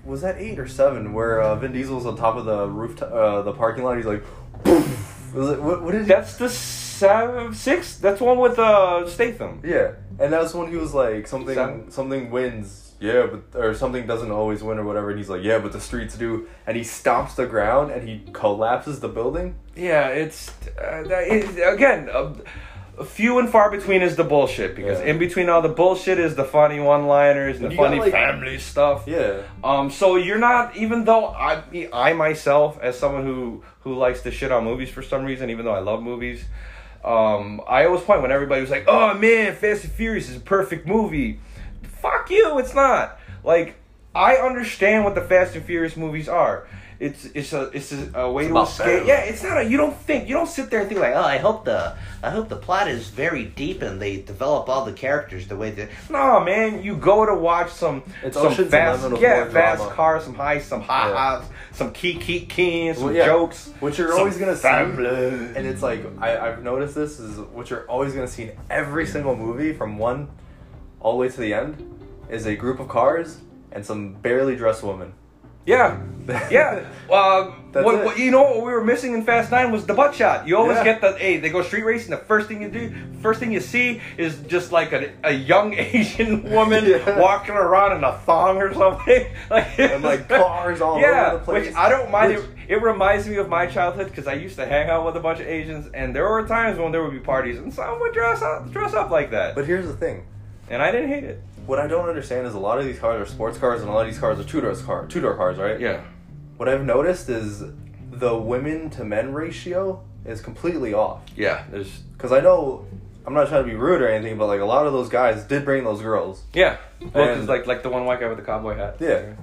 B: Was that eight or seven where uh, Vin Diesel's on top of the roof, uh, the parking lot? He's like, <laughs> Poof. was it? What, what did? He,
A: That's the seven, six. That's one with uh, Statham.
B: yeah, and that's when he was like something
A: Seven?
B: something wins. Yeah, but or something doesn't always win or whatever, and he's like, yeah, but the streets do, and he stomps the ground and he collapses the building.
A: Yeah, it's uh, that is- again. Uh, Few and far between is the bullshit because
B: Yeah.
A: in between all the bullshit is the funny one-liners and the
B: you got,
A: funny
B: like-
A: family stuff.
B: Yeah,
A: Um, so you're not even though I I myself as someone who who likes to shit on movies for some reason, even though I love movies, um, I always point when everybody was like, "Oh man, Fast and Furious is a perfect movie." Fuck you, it's not. Like I understand what the Fast and Furious movies are. It's it's a it's a, a way
B: It's
A: to
B: about
A: escape.
B: family.
A: Yeah, it's not a. You don't think. You don't sit there and think like, oh,
C: I hope the I hope the plot is very deep and they develop all the characters the way that
A: No, man, you go to watch some
B: It's
A: some
B: Ocean's
A: fast,
B: Eleven with
A: yeah,
B: more
A: fast
B: drama.
A: cars, some highs, some ha
B: Yeah.
A: ha's, some key key keens, some
B: Well, yeah.
A: jokes.
B: What you're
A: some
B: always gonna see,
A: family.
B: and it's like I, I've noticed this is what you're always gonna see in every single movie from one all the way to the end is a group of cars and some barely dressed women. <laughs>
A: yeah, yeah. Um,
B: That's
A: what,
B: it.
A: what you know what we were missing in Fast Nine was the butt shot. You always
B: Yeah.
A: get the hey, they go street racing. The first thing you do, first thing you see is just like a, a young <laughs> Asian woman
B: Yeah.
A: walking around in a thong or something, <laughs> like
B: And, like, cars all
A: yeah,
B: over the place.
A: Which I don't mind.
B: Which-
A: it, it reminds me of my childhood because I used to hang out with a bunch of Asians, and there were times when there would be parties, and some would dress up, dress up like that,
B: But here's the thing.
A: and I didn't hate it.
B: What I don't understand is a lot of these cars are sports cars and a lot of these cars are two door car two door cars, right?
A: Yeah,
B: What I've noticed is the women to men ratio is completely off.
A: yeah. There's
B: Because I know I'm not trying to be rude or anything, but like a lot of those guys did bring those girls.
A: yeah. Both is
B: And-
A: like like the one white guy with the cowboy hat.
B: Yeah.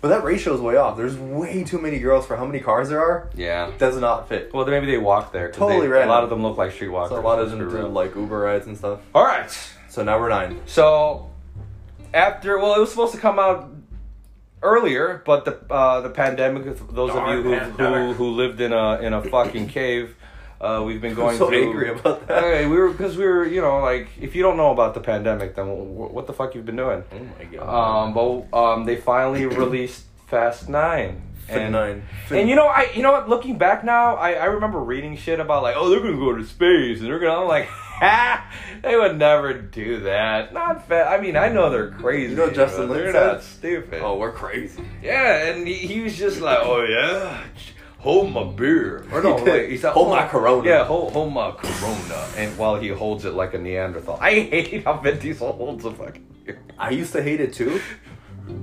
B: But that ratio is way off. There's way too many girls for how many cars there are.
A: yeah.
B: Does not fit.
A: Well, then maybe they walk there. 'cause
B: Totally
A: they,
B: random.
A: A lot of them look like streetwalkers.
B: So a lot of
A: let's
B: them
A: be
B: do
A: real.
B: like Uber rides and stuff.
A: All right.
B: So now we're nine.
A: So after, well, it was supposed to come out earlier, but the uh, the pandemic. Those of
B: Darn
A: you who, who
B: pandemic.
A: who lived in a in a fucking cave. Uh, we've
B: <laughs>
A: been going
B: so
A: through.
B: angry about that.
A: Hey, we were because we were, you know, like if you don't know about the pandemic, then wh- what the fuck you've been doing?
B: Oh my
A: Um, but um, they finally
B: <clears throat>
A: released Fast Nine.
B: Fin nine. Fin-
A: And you know, I you know what? Looking back now, I, I remember reading shit about like, oh, they're gonna go to space, and they're gonna. I'm like, <laughs> ha! They would never do that. Not fat. I mean, I know they're crazy.
B: You know Justin
A: but
B: Lin
A: They're
B: said?
A: not stupid.
B: oh, we're crazy.
A: yeah, and he, he was just like, oh yeah, hold my
B: <laughs>
A: beer. Or no,
B: He did.
A: wait, he's like,
B: Hold my Corona.
A: Yeah, hold hold my Corona, and while he holds it like a Neanderthal, <laughs> I hate how Vin Diesel holds a fucking beer.
B: I used to hate it too,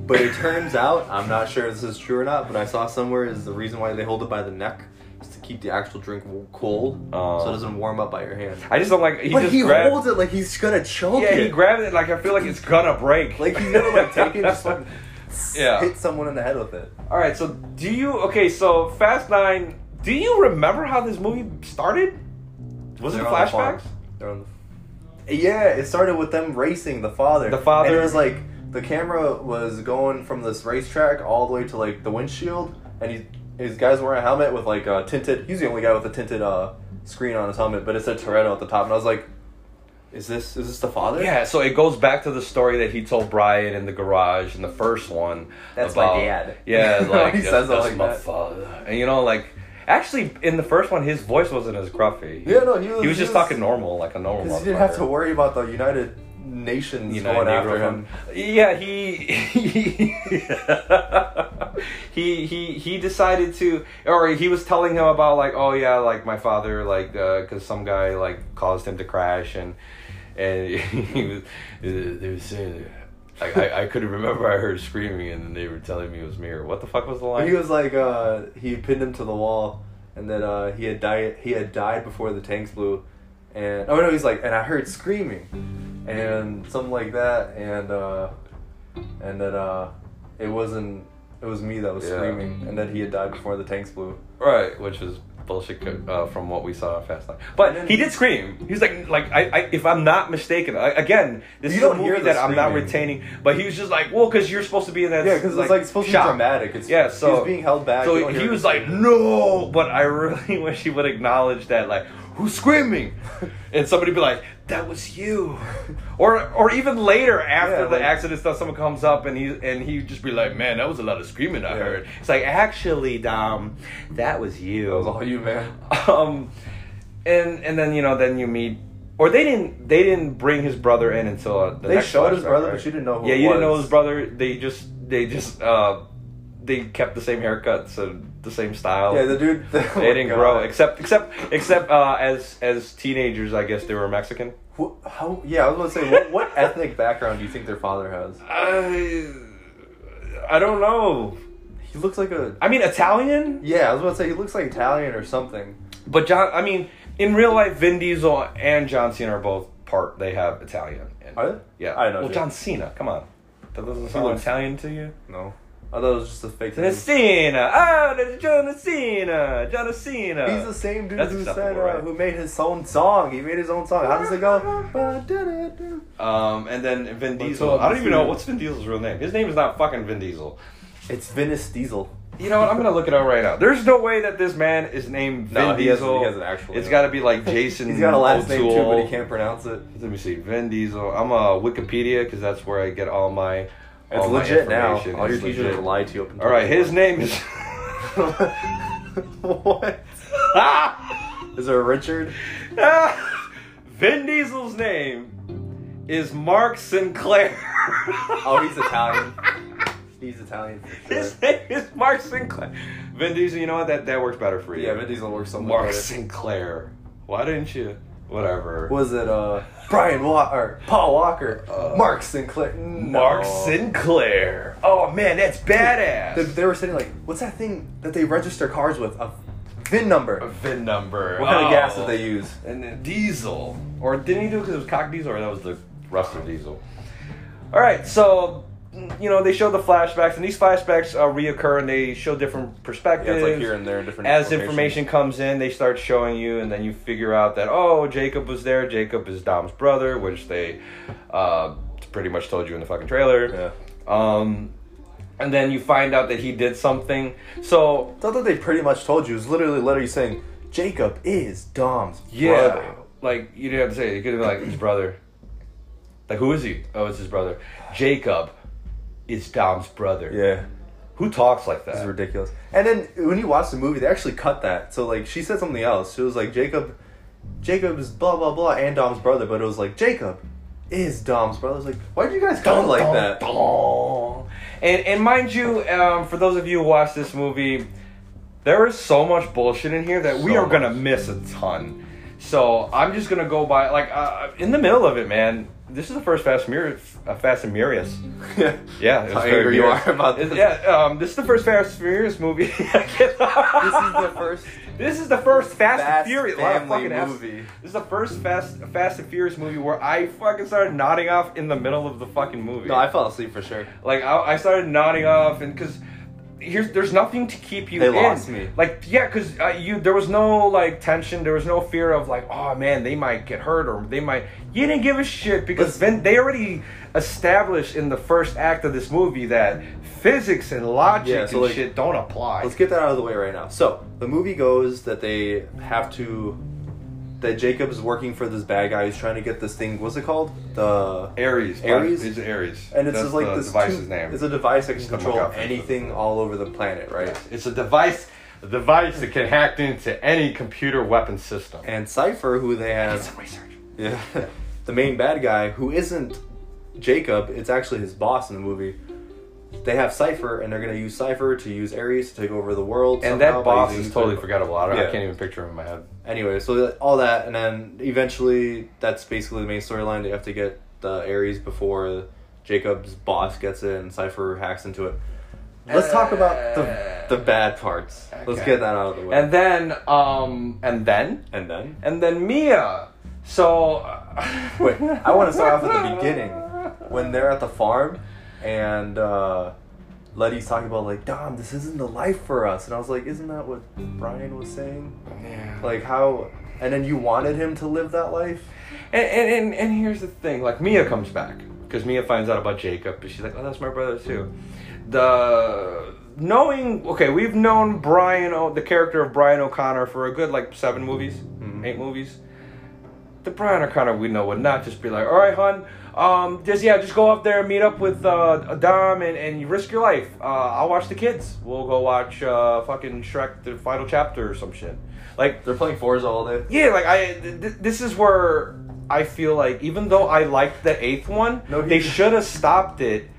B: but it turns out I'm not sure if this is true or not. But I saw somewhere is the reason why they hold it by the neck is to keep the actual drink w- cold,
A: Oh.
B: so it doesn't warm up by your hand.
A: I just don't like. He
B: but
A: just
B: he
A: grabbed,
B: holds it like he's gonna choke
A: Yeah,
B: it.
A: he grabbed it like I feel like it's gonna break.
B: <laughs> like he's gonna like take it, and just like
A: <laughs> Yeah.
B: hit someone in the head with it.
A: All right, so do you okay? So Fast Nine, do you remember how this movie started? Was it
B: They're on the farm.
A: flashbacks?
B: They're on the. Yeah, it started with them racing the father.
A: The father-
B: And it was like the camera was going from this racetrack all the way to like the windshield, and he his guy's wearing a helmet with like uh, tinted. He's the only guy with a tinted uh, screen on his helmet, but it said Toretto at the top, and I was like, "Is this is this the father?"
A: Yeah, so it goes back to the story that he told Brian in the garage in the first one.
B: That's my dad. <laughs>
A: Yeah, like
B: He
A: that's,
B: says it
A: that's
B: like
A: my
B: that.
A: father, and you know, like actually in the first one, his voice wasn't as gruffy.
B: Yeah, no, he was-
A: he was
B: he
A: just
B: was-
A: talking normal, like a normal.
B: because he didn't have
A: motherfucker.
B: to worry about the United Nations
A: you know,
B: going
A: Negro
B: after him.
A: fam- Yeah, he he <laughs> he he decided to, or he was telling him about like, oh yeah, like my father, like because some guy like caused him to crash, and and <laughs> he was they were saying. I, I, I couldn't remember. I heard screaming, and then they were telling me it was me. Or what the fuck was the line?
B: He was like, uh, he pinned him to the wall, and then uh, he had died. He had died before the tanks blew, and oh no, he's like, and I heard screaming, and something like that, and uh, and that uh, it wasn't. It was me that was
A: Yeah.
B: screaming, and that he had died before the tanks blew.
A: Right, which is bullshit uh, from what we saw on Fast Life.
B: And
A: But
B: then-
A: he did scream. He's like, like I, I if I'm not mistaken, I, again, this
B: You
A: is a
B: don't hear
A: movie
B: the
A: that I'm not
B: screaming.
A: retaining. But he was just like, well, because you're supposed to be in that.
B: Yeah, because it's like supposed
A: shock.
B: to be dramatic. It's,
A: Yeah, so
B: he's being held back. you
A: So
B: don't
A: he
B: hear
A: was
B: the
A: like,
B: screaming.
A: no, but I really <laughs> wish he would acknowledge that, like, who's screaming? and somebody be like, that was
B: <laughs>
A: you, or or even later after
B: Yeah,
A: the
B: like-
A: accident stuff, someone comes up and he and he just be like, man, that was a lot of screaming I
B: Yeah.
A: heard. It's like actually, Dom, that was you.
B: <laughs> "That was all you,
A: <laughs>
B: man."
A: Um, and and then you know then you meet. Or they didn't. They didn't bring his brother in until uh, the
B: They
A: next
B: showed his
A: flashback,
B: brother,
A: right?
B: but you didn't know who
A: Yeah,
B: it
A: you didn't know
B: was.
A: his brother. They just. They just. uh They kept the same haircut, so the same style.
B: Yeah, the dude.
A: Oh.
B: <laughs> oh
A: They didn't grow, except except except uh, as as teenagers, I guess they were Mexican.
B: Wh- How? Yeah, I was gonna say, what, what ethnic background do you think their father has?
A: I I don't know.
B: He looks like a
A: I mean, Italian.
B: Yeah, I was about to say he looks like Italian or something.
A: But John, I mean, in real life, Vin Diesel and John Cena are both part. They have Italian. In,
B: Are they?
A: Yeah.
B: I don't know,
A: Well,
B: dude.
A: John Cena. Come on. That doesn't
B: He
A: sound
B: looks-
A: Italian to you.
B: No. I thought it was just a fake.
A: John
B: name.
A: Cena.
B: Ah,
A: Oh, that's John Cena. John Cena.
B: He's the same dude
A: That's
B: who said
A: acceptable,
B: uh,
A: right?
B: who made his own song. He made his own song. How does it go?
A: <laughs> Um, and then Vin
B: What's
A: Diesel.
B: up,
A: I don't even know
B: Vin?
A: what's Vin Diesel's real name. His name is not fucking Vin Diesel.
B: It's Venice Diesel.
A: You know what? I'm gonna look it up right now. There's no way that this man is named Vin
B: No, he has-
A: Diesel.
B: he has an actual
A: It's
B: name.
A: got to be like Jason.
B: <laughs> He's got a last name too,
A: O'Toole.
B: but he can't pronounce it.
A: Let me see. Vin Diesel. I'm a Wikipedia because that's where I get all my.
B: It's
A: all my
B: legit now.
A: information.
B: All your
A: It's
B: teachers
A: legit.
B: lie to you. Up until
A: All right, his
B: this <laughs>
A: name is. <laughs>
B: point. <laughs> what? Is there a Richard?
A: <laughs> Vin Diesel's name is Mark Sinclair.
B: <laughs> Oh, he's Italian. He's Italian. For sure.
A: His name is Mark Sinclair. Vin Diesel, you know what? That that works better for you.
B: Yeah, Vin Diesel works so much
A: Mark
B: better.
A: Sinclair. Why didn't you? Whatever.
B: Was it uh Brian Walker, Paul Walker, Mark Sinclair? No.
A: Uh, Mark Sinclair. Oh man, that's badass.
B: They, they were sitting like, what's that thing that they register cars with? A VIN
A: A
B: number.
A: VIN number.
B: What kind of gas
A: Oh.
B: did they use?
A: And then diesel. Or didn't he do it because it was cock diesel or that was the rest of diesel? All right, so you know they show the flashbacks, and these flashbacks uh, reoccur, and they show different perspectives.
B: Yeah, it's like here and there, different.
A: As information comes in, they start showing you, and then you figure out that oh, Jacob was there. Jacob is Dom's brother, which they uh, pretty much told you in the fucking trailer.
B: Yeah.
A: Um, and then you find out that he did something. So
B: It's not that they pretty much told you. It's literally literally saying Jacob is Dom's
A: Yeah.
B: brother.
A: Like you didn't have to say it. You could have been like his brother. Like who is he? Oh, it's his brother. Jacob is Dom's brother.
B: Yeah.
A: Who talks like
B: This is
A: that?
B: ridiculous. And then when you watch the movie, they actually cut that. So like she said something else. She was like Jacob, Jacob's blah blah blah, and Dom's brother. But it was like Jacob is Dom's brother. It's like why did you guys cut it like
A: Dun,
B: that?
A: dun. And and mind you, um, for those of you who watch this movie, there is so much bullshit in here that we
B: So
A: are gonna
B: much.
A: miss a ton. So I'm just gonna go by like uh, in the middle of it, man. This is the first Fast Mur- uh, Fast and Furious.
B: yeah.
A: Yeah, it
B: How
A: was very
B: angry you
A: weird.
B: are about
A: It-
B: this.
A: Yeah, um, this is the first Fast and Furious movie. <laughs> this is
B: This is the first
A: <laughs> This is the first Fast, and
B: Fast
A: Furious a lot of
B: family
A: fucking ass-
B: movie.
A: This is the first Fast Fast and Furious movie where I fucking started nodding off in the middle of the fucking movie.
B: <laughs> No, I fell asleep for sure.
A: like I, I started nodding off, and because here's there's nothing to keep you.
B: They
A: in.
B: lost me.
A: Like yeah, because uh, you there was no like tension, there was no fear of like oh man they might get hurt or they might. You didn't give a shit because
B: But-
A: then they already established in the first act of this movie that physics and logic
B: Yeah, so,
A: and
B: like,
A: shit don't apply.
B: Let's get that out of the way right now. So the movie goes that they have to that Jacob's working for this bad guy who's trying to get this thing. What's it called? The
A: Aries,
B: Aries?
A: is Aries,
B: and it's
A: That's
B: just like
A: the
B: this
A: device's
B: tube-
A: name.
B: It's a device that can
A: Just a
B: control
A: lookout for
B: anything all over the planet, right?
A: It's a device, a device that can hack into any computer weapon system.
B: And Cipher, who they have,
A: research.
B: yeah, <laughs> the main bad guy, who isn't Jacob, it's actually his boss in the movie. They have Cipher, and they're gonna use Cipher to use Ares to take over the world.
A: And
B: somehow
A: that
B: by
A: boss
B: using
A: is totally
B: Cipher.
A: forgettable. I, don't, I
B: Yeah.
A: can't even picture him in my head.
B: Anyway, so all that, and then eventually, that's basically the main storyline. They have to get the Ares before Jacob's boss gets it, and Cipher hacks into it. Let's talk about the the bad parts. Let's
A: Okay.
B: get that out of the way.
A: And then, um, and then,
B: and then,
A: and then Mia. So, uh,
B: wait, I want to start off at the beginning when they're at the farm, and uh, Letty's talking about like, Dom, this isn't the life for us, and I was like, isn't that what Brian was saying?
A: Yeah.
B: Like how, and then you wanted him to live that life.
A: And, and, and, and here's the thing like, Mia comes back because Mia finds out about Jacob, and she's like, oh, that's my brother, too. The knowing, okay, we've known Brian, o, the character of Brian O'Connor, for a good like seven movies, eight movies. The Brian O'Connor we know would not just be like, all right, hon, um, just yeah, just go up there and meet up with uh, Dom and, and you risk your life. Uh, I'll watch the kids. We'll go watch uh, fucking Shrek, the final chapter or some shit. Like,
B: They're playing Forza all day.
A: yeah, like I, th- th- this is where I feel like even though I liked the eighth one,
B: No, he-
A: they should have stopped it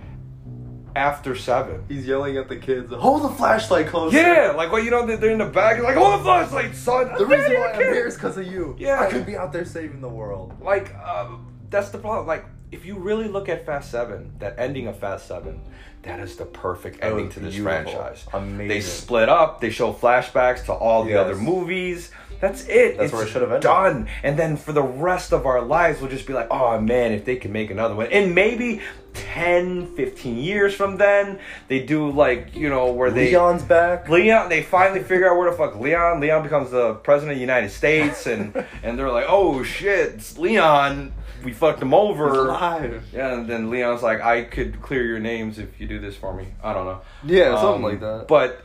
A: after seven.
B: He's yelling at the kids, hold the flashlight closer.
A: Yeah, like well, you know they- they're in the back, like oh the flashlight, son.
B: The
A: I'm
B: reason
A: ready
B: why
A: to
B: I'm
A: kill."
B: here is because of you.
A: Yeah.
B: I could be out there saving the world.
A: Like uh, that's the problem. Like if you really look at Fast Seven, that ending of Fast Seven, that is the perfect ending
B: was
A: to this
B: beautiful.
A: franchise.
B: Amazing.
A: They split up. They show flashbacks to all the
B: Yes.
A: other movies. That's it.
B: That's where it should have ended.
A: Done. And then for the rest of our lives, we'll just be like, oh man, if they can make another one, and maybe 10, 15 years from then. They do like, you know, where they
B: Leon's back.
A: Leon, they finally figure out where the fuck Leon. Leon becomes the president of the United States, and and they're like, oh shit, it's Leon. We fucked him over.
B: Alive.
A: Yeah, and then Leon's like, I could clear your names if you do this for me. I don't know. Um,
B: Yeah, something like that.
A: But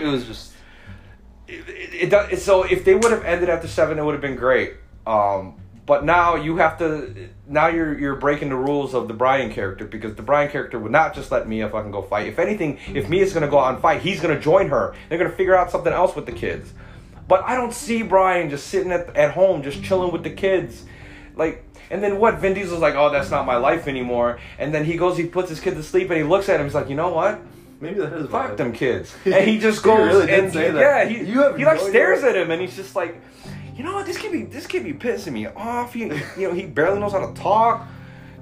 B: It was just
A: it, it, it does, so if they would have ended after seven, it would have been great. Um, but now you have to. Now you're you're breaking the rules of the Brian character because the Brian character would not just let Mia fucking go fight. If anything, if Mia's gonna go out and fight, he's gonna join her. They're gonna figure out something else with the kids. But I don't see Brian just sitting at, at home just chilling with the kids, like. And then what? Vin Diesel's like, oh, that's not my life anymore. And then he goes, he puts his kid to sleep, and he looks at him. He's like, you know what?
B: maybe that is why.
A: fuck them
B: <laughs>
A: kids. And he just goes
B: really did
A: and
B: say that.
A: yeah, he
B: You have
A: he like
B: no
A: stares
B: idea.
A: at him and he's just like, you know what, this kid be this kid be pissing me off. He you know he barely knows how to talk.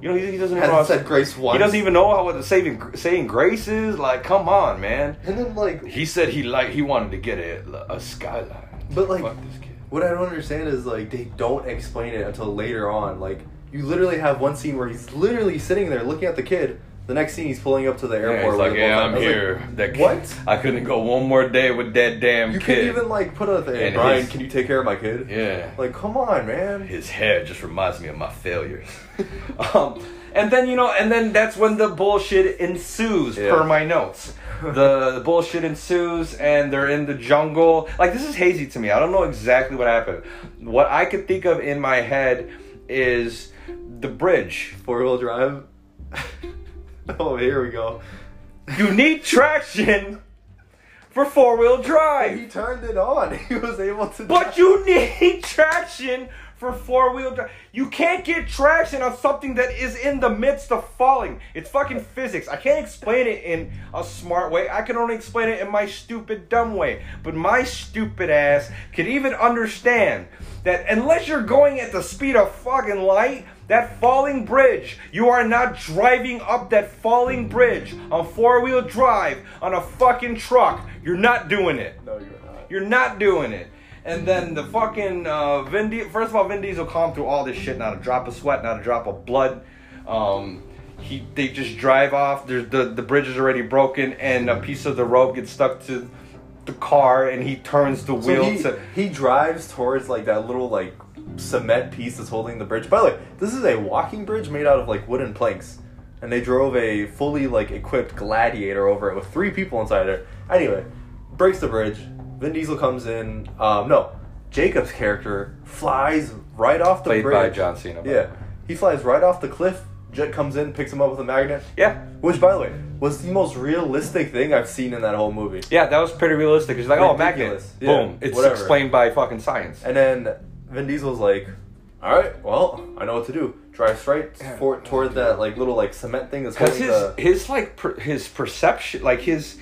A: You know he, he doesn't know
B: Hasn't
A: how to-
B: said grace once.
A: He doesn't even know how what the saving saying grace is. Like, come on, man.
B: And then like
A: He said he like he wanted to get a, a skyline.
B: But like,
A: fuck this kid.
B: what I don't understand is like they don't explain it until later on. Like, you literally have one scene where he's literally sitting there looking at the kid. The next scene, he's pulling up to the
A: Yeah,
B: airport.
A: he's
B: with
A: like,
B: the
A: yeah,
B: ball
A: I'm
B: I was like,
A: here. that kid,
B: what?
A: I couldn't go one more day with that damn
B: You
A: kid.
B: can't even like put a thing.
A: And
B: Brian,
A: his-
B: can you take care of my kid?
A: yeah.
B: Like, come on, man.
A: his hair just reminds me of my failures. <laughs> um, and then you know, and then that's when the bullshit ensues.
B: Yeah.
A: Per my notes, the, the bullshit ensues, and they're in the jungle. Like this is hazy to me. I don't know exactly what happened. What I could think of in my head is the bridge.
B: Four wheel drive. <laughs> oh, here we go.
A: You need traction for four wheel drive.
B: He turned it on. <laughs> He was able to.
A: But you need <laughs> traction for four wheel drive. You can't get traction on something that is in the midst of falling. It's fucking physics. I can't explain it in a smart way. I can only explain it in my stupid, dumb way. But my stupid ass could even understand that unless you're going at the speed of fucking light, that falling bridge, you are not driving up that falling bridge on four wheel drive on a fucking truck. You're not doing it.
B: no, you're not.
A: You're not doing it. And then the fucking uh, Vin Di- First of all, Vin Diesel calm through all this shit. Not a drop of sweat. Not a drop of blood. Um, he they just drive off. There's the the bridge is already broken, and a piece of the rope gets stuck to the car, and he turns the
B: So
A: wheel
B: he,
A: to.
B: he drives towards like that little like cement piece that's holding the bridge. By the way, this is a walking bridge made out of like wooden planks, and they drove a fully like equipped gladiator over it with three people inside it. Anyway, breaks the bridge. Vin Diesel comes in. Um, no, Jacob's character flies right off the
A: Played by
B: bridge.
A: John Cena, by the
B: Yeah,
A: way.
B: he flies right off the cliff. Jet comes in, picks him up with a magnet.
A: Yeah.
B: Which, by the way, was the most realistic thing I've seen in that whole movie.
A: Yeah, that was pretty realistic. It's like, oh, magnet.
B: Ridiculous. Yeah,
A: Boom. It's
B: whatever.
A: explained by fucking science.
B: And then Vin Diesel's like, "All right, well, I know what to do. Drives straight for, toward that like little like cement thing that's
A: Because
B: holding
A: his
B: the."
A: his like per, his perception, like his,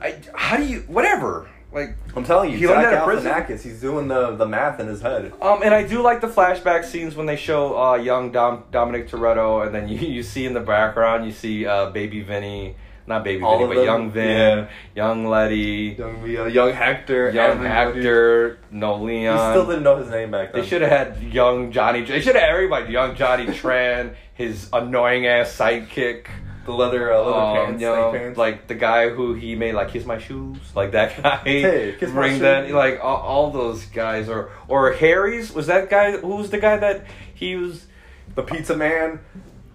A: I, how do you whatever like.
B: I'm telling you,
A: he learned
B: Zach
A: that in prison?
B: Galifianakis, he's doing the the math in his head.
A: Um, and I do like the flashback scenes when they show uh, young Dom- Dominic Toretto, and then <laughs> you, you see in the background you see uh, baby Vinny, not baby
B: All
A: Vinny,
B: of
A: but
B: them,
A: young Vin,
B: yeah.
A: young Letty,
B: Young Mia, young Hector,
A: young
B: everybody.
A: actor, no
B: He
A: Leon.
B: still didn't know his name back then.
A: they should have had young Johnny. They should have everybody. Young
B: <laughs>
A: Johnny Tran, his annoying ass sidekick.
B: the leather, uh, leather
A: Um,
B: pants,
A: you
B: snake
A: know,
B: pants.
A: like the guy who he made like kiss my shoes, like that <laughs> guy.
B: Hey, kiss my
A: Bring
B: shoes.
A: that, like all, all those guys, or or Harry's was that guy? Who was the guy that he was?
B: the pizza man,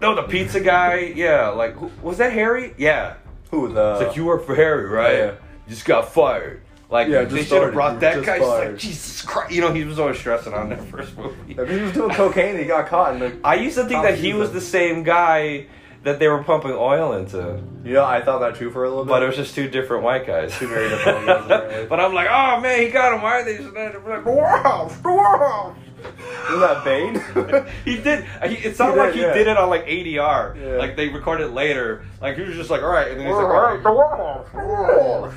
A: No, the
B: <laughs>
A: pizza guy. Yeah, like who, was that Harry? Yeah,
B: who the
A: it's like you work for Harry, right?
B: Uh, Yeah.
A: You just got fired. Like
B: Yeah,
A: they
B: just
A: should have
B: started.
A: brought
B: You
A: that
B: just
A: guy. It's like
B: fired.
A: Jesus Christ, you know he was always stressing on that <laughs> first movie.
B: <laughs> If he was doing cocaine. He got caught. And then,
A: I used to think
B: Tom
A: that he
B: Cruise.
A: was the same guy that they were pumping oil into.
B: you know, I thought that too for a little bit.
A: But it was just two different white guys.
B: Two very different
A: <laughs>
B: guys, apparently.
A: but I'm like, oh man, he got him. Why are they just like, wow, wow?
B: was that Bane?
A: <laughs> he did. He, it sounded
B: He did,
A: like he
B: yeah.
A: did it on like ADR.
B: Yeah.
A: Like they recorded later. Like he was just like, all right, and then he's like,
B: <laughs>
A: all right.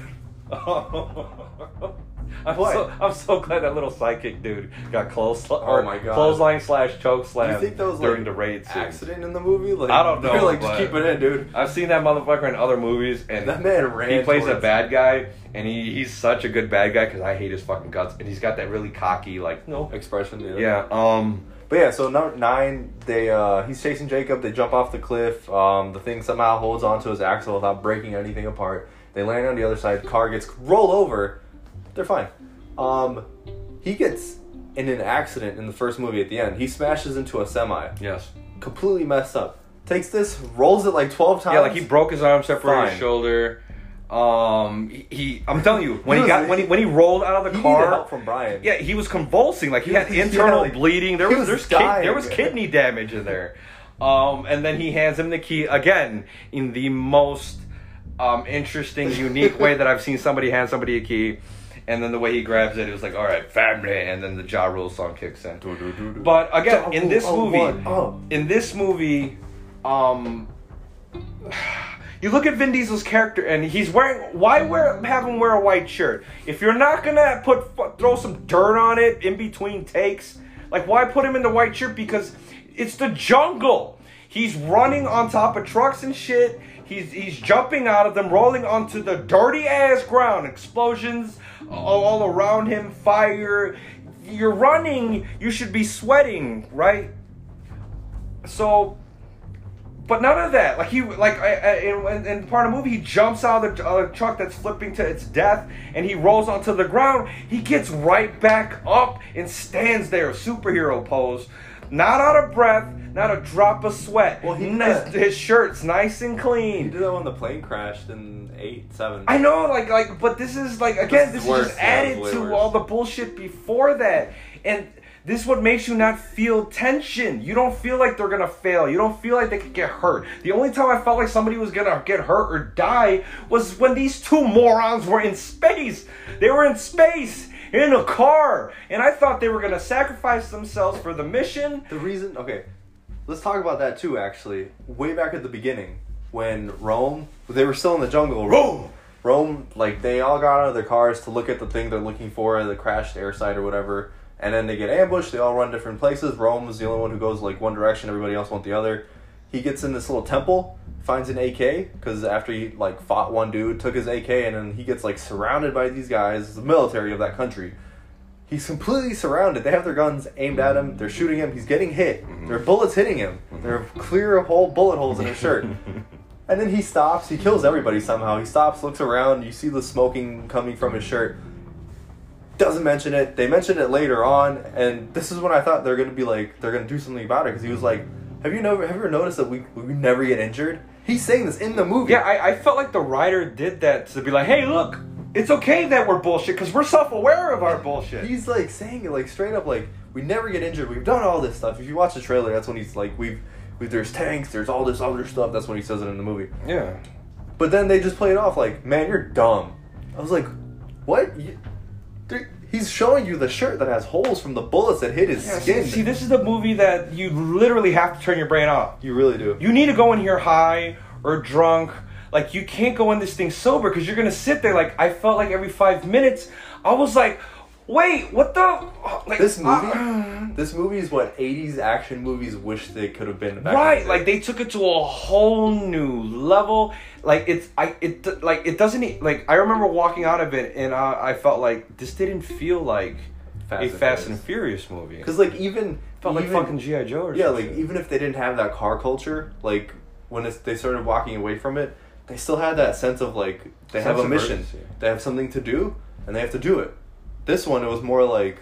A: I'm
B: What?
A: so, I'm so glad that little psychic dude got close
B: Oh my God.
A: clothesline slash choke
B: you
A: slam
B: think that was
A: during
B: like
A: the raid scene.
B: accident in the movie? Like
A: I don't know,
B: they're <laughs> like just
A: but-
B: keep it in, dude.
A: I've seen that motherfucker in other movies, and
B: That man ran.
A: he plays a
B: towards-
A: bad guy, and he, he's such a good bad guy because I hate his fucking guts, and he's got that really cocky like no.
B: expression. Yeah.
A: Yeah. Um.
B: But yeah, so number nine, they uh, he's chasing Jacob. They jump off the cliff. Um, the thing somehow holds onto his axle without breaking anything apart. They land on the other side. Car gets rolled over. They're fine. Um, he gets in an accident in the first movie at the end. He smashes into a semi,
A: Yes.
B: completely messed up. Takes this, rolls it like twelve times.
A: Yeah, like he broke his arm, separated his
B: Um, Fine.
A: shoulder. Um, he, he, I'm telling you, when he,
B: He
A: got
B: was-
A: when he when he rolled out of the
B: He
A: car,
B: needed help from Brian.
A: yeah, he was convulsing. Like he had
B: Yeah,
A: internal
B: like,
A: bleeding. There
B: he
A: was,
B: was
A: there's kid, there
B: dying.
A: was kidney damage in there. Um, and then he hands him the key again in the most um, interesting, unique way that I've seen somebody hand somebody a key. And then the way he grabs it, it was like, all right, family. And then the Ja Rule song kicks in.
B: Du-du-du-du.
A: But again, in this
B: Oh, oh,
A: movie,
B: one, oh.
A: in this movie, um, you look at Vin Diesel's character, and he's wearing. Why wear have him wear a white shirt if you're not gonna put fu- throw some dirt on it in between takes? Like, why put him in the white shirt? Because it's the jungle. He's running on top of trucks and shit. He's he's jumping out of them, rolling onto the dirty ass ground. Explosions all, all around him. Fire. You're running. You should be sweating, right? So but none of that. Like he, like I, I, in, in part of the movie, he jumps out of the uh, truck that's flipping to its death, and he rolls onto the ground. He gets right back up and stands there, superhero pose, not out of breath, not a drop of sweat.
B: Well, he did
A: Nice-
B: <laughs> that.
A: his shirt's nice and
B: He
A: clean.
B: did that when the plane crashed in eight, seven.
A: I know, like, like, but this is like again, this,
B: This is
A: is,
B: worse,
A: just
B: yeah,
A: added
B: it's way
A: to
B: worse.
A: all the bullshit before that, and this what makes you not feel tension. You don't feel like they're gonna fail. You don't feel like they could get hurt. The only time I felt like somebody was gonna get hurt or die was when these two morons were in space. They were in space in a car, and I thought they were gonna sacrifice themselves for the mission.
B: The reason, okay, let's talk about that too. Actually, way back at the beginning, when Rome, they were still in the jungle. Rome, Rome, like they all got out of their cars to look at the thing they're looking for, the crashed air site or whatever, and then they get ambushed. They all run different places. Rome is the only one who goes like one direction. Everybody else went the other. He gets in this little temple, finds an AK because after he like fought one dude, took his AK, and then he gets like surrounded by these guys, the military of that country. He's completely surrounded. They have their guns aimed at him. They're shooting him. He's getting hit. Their bullets hitting him. There are clear whole bullet holes in his shirt. and then he stops. He kills everybody somehow. He stops, looks around. You see the smoking coming from his shirt. Doesn't mention it. They mention it later on, and this is when I thought they're gonna be like they're gonna do something about it because he was like, "Have you never have you ever noticed that we we never get injured?" He's saying this in the movie.
A: Yeah, I, I felt like the writer did that to be like, hey, look, it's okay that we're bullshit because we're self aware of our bullshit.
B: He's like saying it like straight up, like we never get injured. We've done all this stuff. If you watch the trailer, that's when he's like, we've, we there's tanks, there's all this other stuff. That's when he says it in the movie.
A: Yeah.
B: But then they just play it off like, man, you're dumb. I was like, what? You, there- he's showing you the shirt that has holes from the bullets that hit his
A: see,
B: skin.
A: see, this is the movie that you literally have to turn your brain off.
B: you really do.
A: You need to go in here high or drunk. Like you can't go in this thing sober because you're gonna sit there. Like I felt like every five minutes, I was like, "Wait, what the?" Like
B: this movie,
A: uh, <sighs>
B: this movie is what '80s action movies wish they could have been. Back in
A: right
B: the
A: like
B: day.
A: they took it to a whole new level like it's i it like it doesn't e- like i remember walking out of it and i, I felt like this didn't feel like
B: Fast
A: a
B: and
A: fast
B: Furious.
A: and furious movie
B: because like even
A: felt like
B: even-
A: fucking gi joe or
B: Yeah,
A: some
B: like
A: shit.
B: even if they didn't have that car culture, like when it's, they started walking away from it, they still had that sense of like they
A: Sense
B: have a
A: of
B: mission,
A: urgency.
B: they have something to do, and they have to do it. This one, it was more like,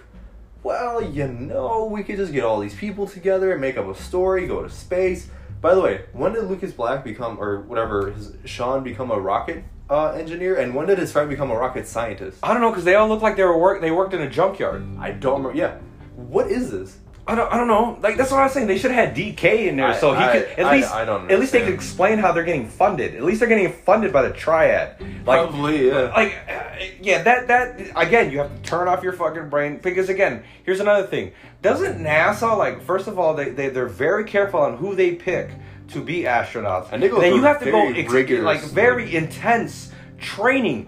B: well, you know, we could just get all these people together and make up a story, go to space. By the way, when did Lucas Black become or whatever his, Sean become a rocket uh, engineer, and when did his friend become a rocket scientist?
A: i don't know because they all look like they were work they worked in a junkyard
B: I don't remember. Yeah, what is this?
A: I don't, I don't know. Like that's what I'm saying. They should have had DK in there,
B: I-
A: so he
B: I-
A: could at
B: I-
A: least
B: I don't
A: at least they could
B: understand.
A: explain how they're getting funded. At least they're getting funded by the triad. Like,
B: Probably, yeah.
A: Like, uh, yeah. That that again, you have to turn off your fucking brain because again, here's another thing. Doesn't NASA like first of all they they they're very careful on who they pick to be astronauts,
B: And they go
A: then
B: through
A: you have to go
B: very
A: ex-
B: rigorous,
A: like very
B: like-
A: intense training.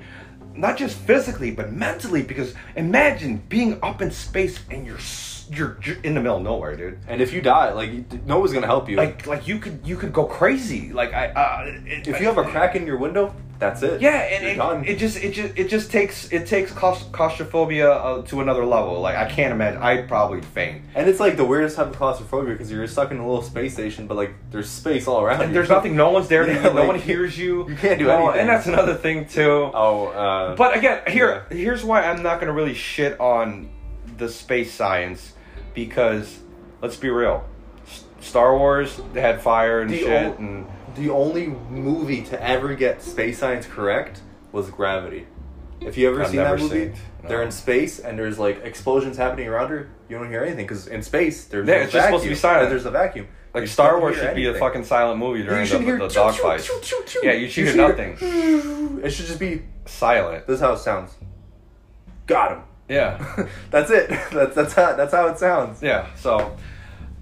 A: Not just physically, but mentally, because imagine being up in space and you're s- you're, you're in the middle of nowhere, dude
B: And if you die, like you- no one's gonna help you.
A: like like you could you could go crazy like i uh, it,
B: If you have a crack in your window, That's it.
A: Yeah, and
B: You're
A: it,
B: done.
A: it just it just it just takes it takes claus- claustrophobia uh, to another level. Like I can't imagine. I probably faint.
B: and it's like the weirdest type of claustrophobia because you're stuck in a little space station, but like there's space all around.
A: And
B: you.
A: there's nothing. No one's there. to
B: Yeah,
A: no
B: like,
A: one hears you.
B: you can't do
A: No-
B: anything.
A: And that's another thing too.
B: <laughs> Oh, uh,
A: But again, here here's why I'm not gonna really shit on the space science because let's be real, S- Star Wars they had fire and
B: The
A: shit
B: ol-
A: and
B: the only movie to ever get space science correct was Gravity. If you ever
A: I've
B: seen
A: never
B: that movie,
A: seen it, no.
B: they're in space and there's like explosions happening around her. You don't hear anything because in space there's
A: Yeah,
B: no
A: it's just supposed to
B: vacuum.
A: be silent.
B: There's a vacuum.
A: like
B: You
A: Star
B: don't
A: Wars
B: hear
A: should be a
B: anything.
A: fucking silent movie
B: You
A: during
B: should hear
A: the, the
B: choo,
A: dog
B: choo,
A: fights.
B: choo, choo, choo.
A: Yeah, you should hear
B: should
A: nothing.
B: <laughs> It should just be
A: Silent.
B: this is how it sounds. Got him. <laughs>
A: Yeah.
B: that's it. That's that's how that's how it sounds.
A: Yeah. So,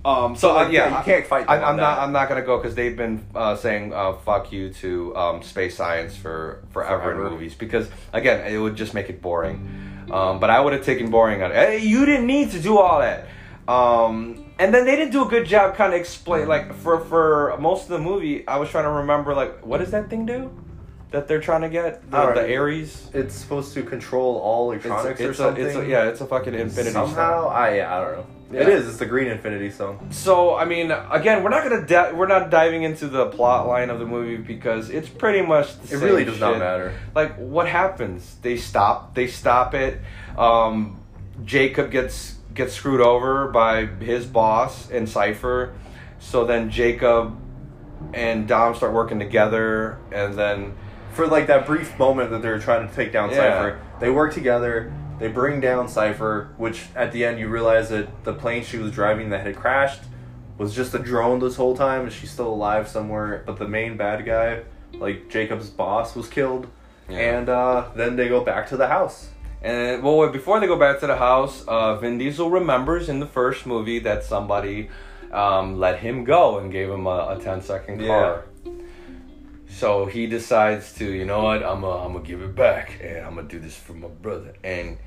A: um, so uh,
B: like, yeah,
A: yeah,
B: you
A: I-
B: can't fight
A: I,
B: them on
A: I'm not.
B: that.
A: I'm not gonna go because they've been uh, saying uh, "fuck you" to um, space science for forever,
B: Forever.
A: in movies because again, it would just make it boring. Um, but I would have taken boring out. Hey, you didn't need to do all that. Um, and then they didn't do a good job, kind of explain like for for most of the movie. I was trying to remember like what does that thing do that they're trying to get the,
B: All right.
A: the Ares.
B: It's supposed to control all
A: It's,
B: electronics or
A: it's a,
B: something.
A: it's a, yeah, it's a fucking infinity. stone.
B: Somehow, I yeah, I don't know. It
A: Yeah.
B: is. It's the green infinity stone.
A: So I mean, again, we're not gonna di- we're not diving into the plot line of the movie because it's pretty much the
B: It
A: same
B: really does not
A: shit.
B: matter.
A: Like what happens? They stop. They stop it. Um, Jacob gets gets screwed over by his boss and Cipher. So then Jacob and Dom start working together, and then
B: For like that brief moment that they're trying to take down
A: Yeah.
B: Cipher, they work together. They bring down Cipher, which at the end you realize that the plane she was driving that had crashed was just a drone this whole time, and she's still alive somewhere. But the main bad guy, like Jacob's boss, was killed.
A: Yeah.
B: And uh, then they go back to the house.
A: And well, wait, before they go back to the house, uh, Vin Diesel remembers in the first movie that somebody um, let him go and gave him a, a 10 second car. So he decides to, you know what, I'm gonna I'm gonna give it back and I'm gonna do this for my brother. And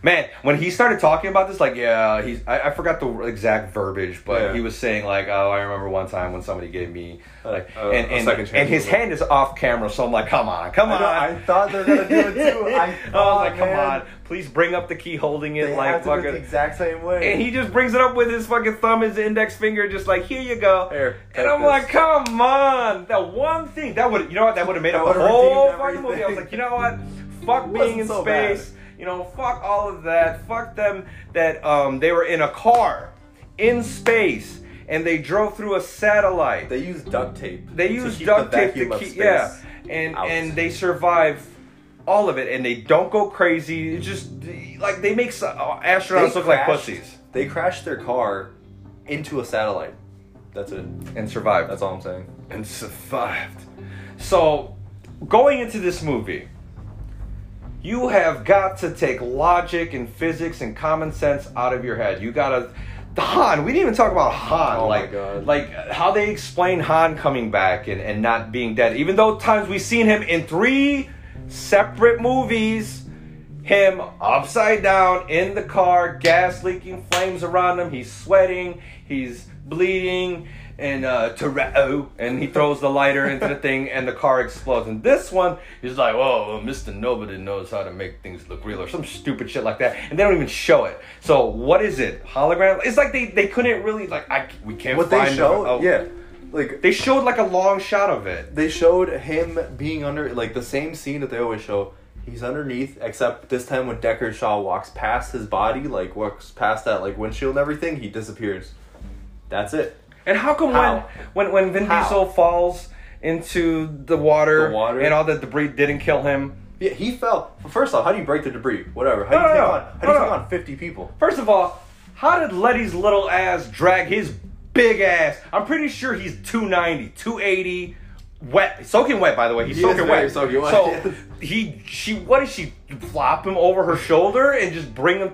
A: man, when he started talking about this, like, yeah, he's I, I forgot the exact verbiage, but
B: Yeah.
A: he was saying like, oh, I remember one time when somebody gave me like,
B: A- a-
A: and
B: a
A: and,
B: second chance
A: and his
B: to live.
A: hand is off camera, so I'm like, come on, come
B: I
A: on,
B: know- I thought they were gonna do
A: <laughs>
B: it too. I thought,
A: was like, come
B: man.
A: on, please bring up the key holding it
B: They
A: like
B: have to do it
A: fucking.
B: the exact same way.
A: and he just brings it up with his fucking thumb, his index finger, just like here you go.
B: Here,
A: and
B: take
A: I'm
B: this.
A: like, come on, the one thing that would, you know what, that would have made
B: That
A: up a
B: would've
A: whole
B: redeemed
A: fucking movie. I was
B: everything.
A: like, you know what, fuck
B: It
A: being
B: wasn't
A: in
B: so bad.
A: space. You know, fuck all of that. Fuck them that um they were in a car in space and they drove through a satellite.
B: They use duct tape.
A: They
B: to
A: use
B: keep
A: duct
B: the
A: tape
B: vacuum
A: to
B: of
A: keep,
B: space
A: yeah, and
B: out.
A: and they survive all of it, and they don't go crazy. It's just like they make s- uh, astronauts
B: They
A: look like
B: crashed-
A: pussies
B: They crashed their car into a satellite. That's it.
A: and survive.
B: That's all I'm saying.
A: and survived. So, going into this movie, you have got to take logic and physics and common sense out of your head. You gotta. Han, we didn't even talk about Han,
B: Oh my
A: like,
B: God.
A: like how they explain Han coming back and, and not being dead. Even though times we've seen him in three separate movies, him upside down in the car, gas leaking, flames around him. He's sweating, he's bleeding, and uh, Toretto. And he throws the lighter into the thing, and the car explodes. And this one, he's like, "Whoa, Mister Nobody knows how to make things look real," or some stupid shit like that. And they don't even show it. So what is it? Hologram? It's like they they couldn't really like I we can't
B: What
A: find
B: they show,
A: it. Oh.
B: yeah, like
A: They showed like a long shot of it.
B: they showed him being under like the same scene that they always show. He's underneath, except this time when Decker Shaw walks past his body, like walks past that like windshield and everything, he disappears. That's it.
A: And how come
B: How?
A: when when when Vin
B: How?
A: Diesel falls into the water,
B: The water?
A: and all the debris didn't kill him?
B: Yeah, he fell. First off, how do you break the debris? Whatever. How do
A: No, no,
B: you take
A: no.
B: on? How do you
A: No,
B: take
A: no.
B: on fifty people?
A: First of all, how did Letty's little ass drag his big ass? I'm pretty sure he's 290, 280, wet, soaking wet. By the way, he's
B: He is
A: soaking
B: very
A: wet.
B: soaking wet, yes.
A: So he, she, what did she flop him over her shoulder and just bring him?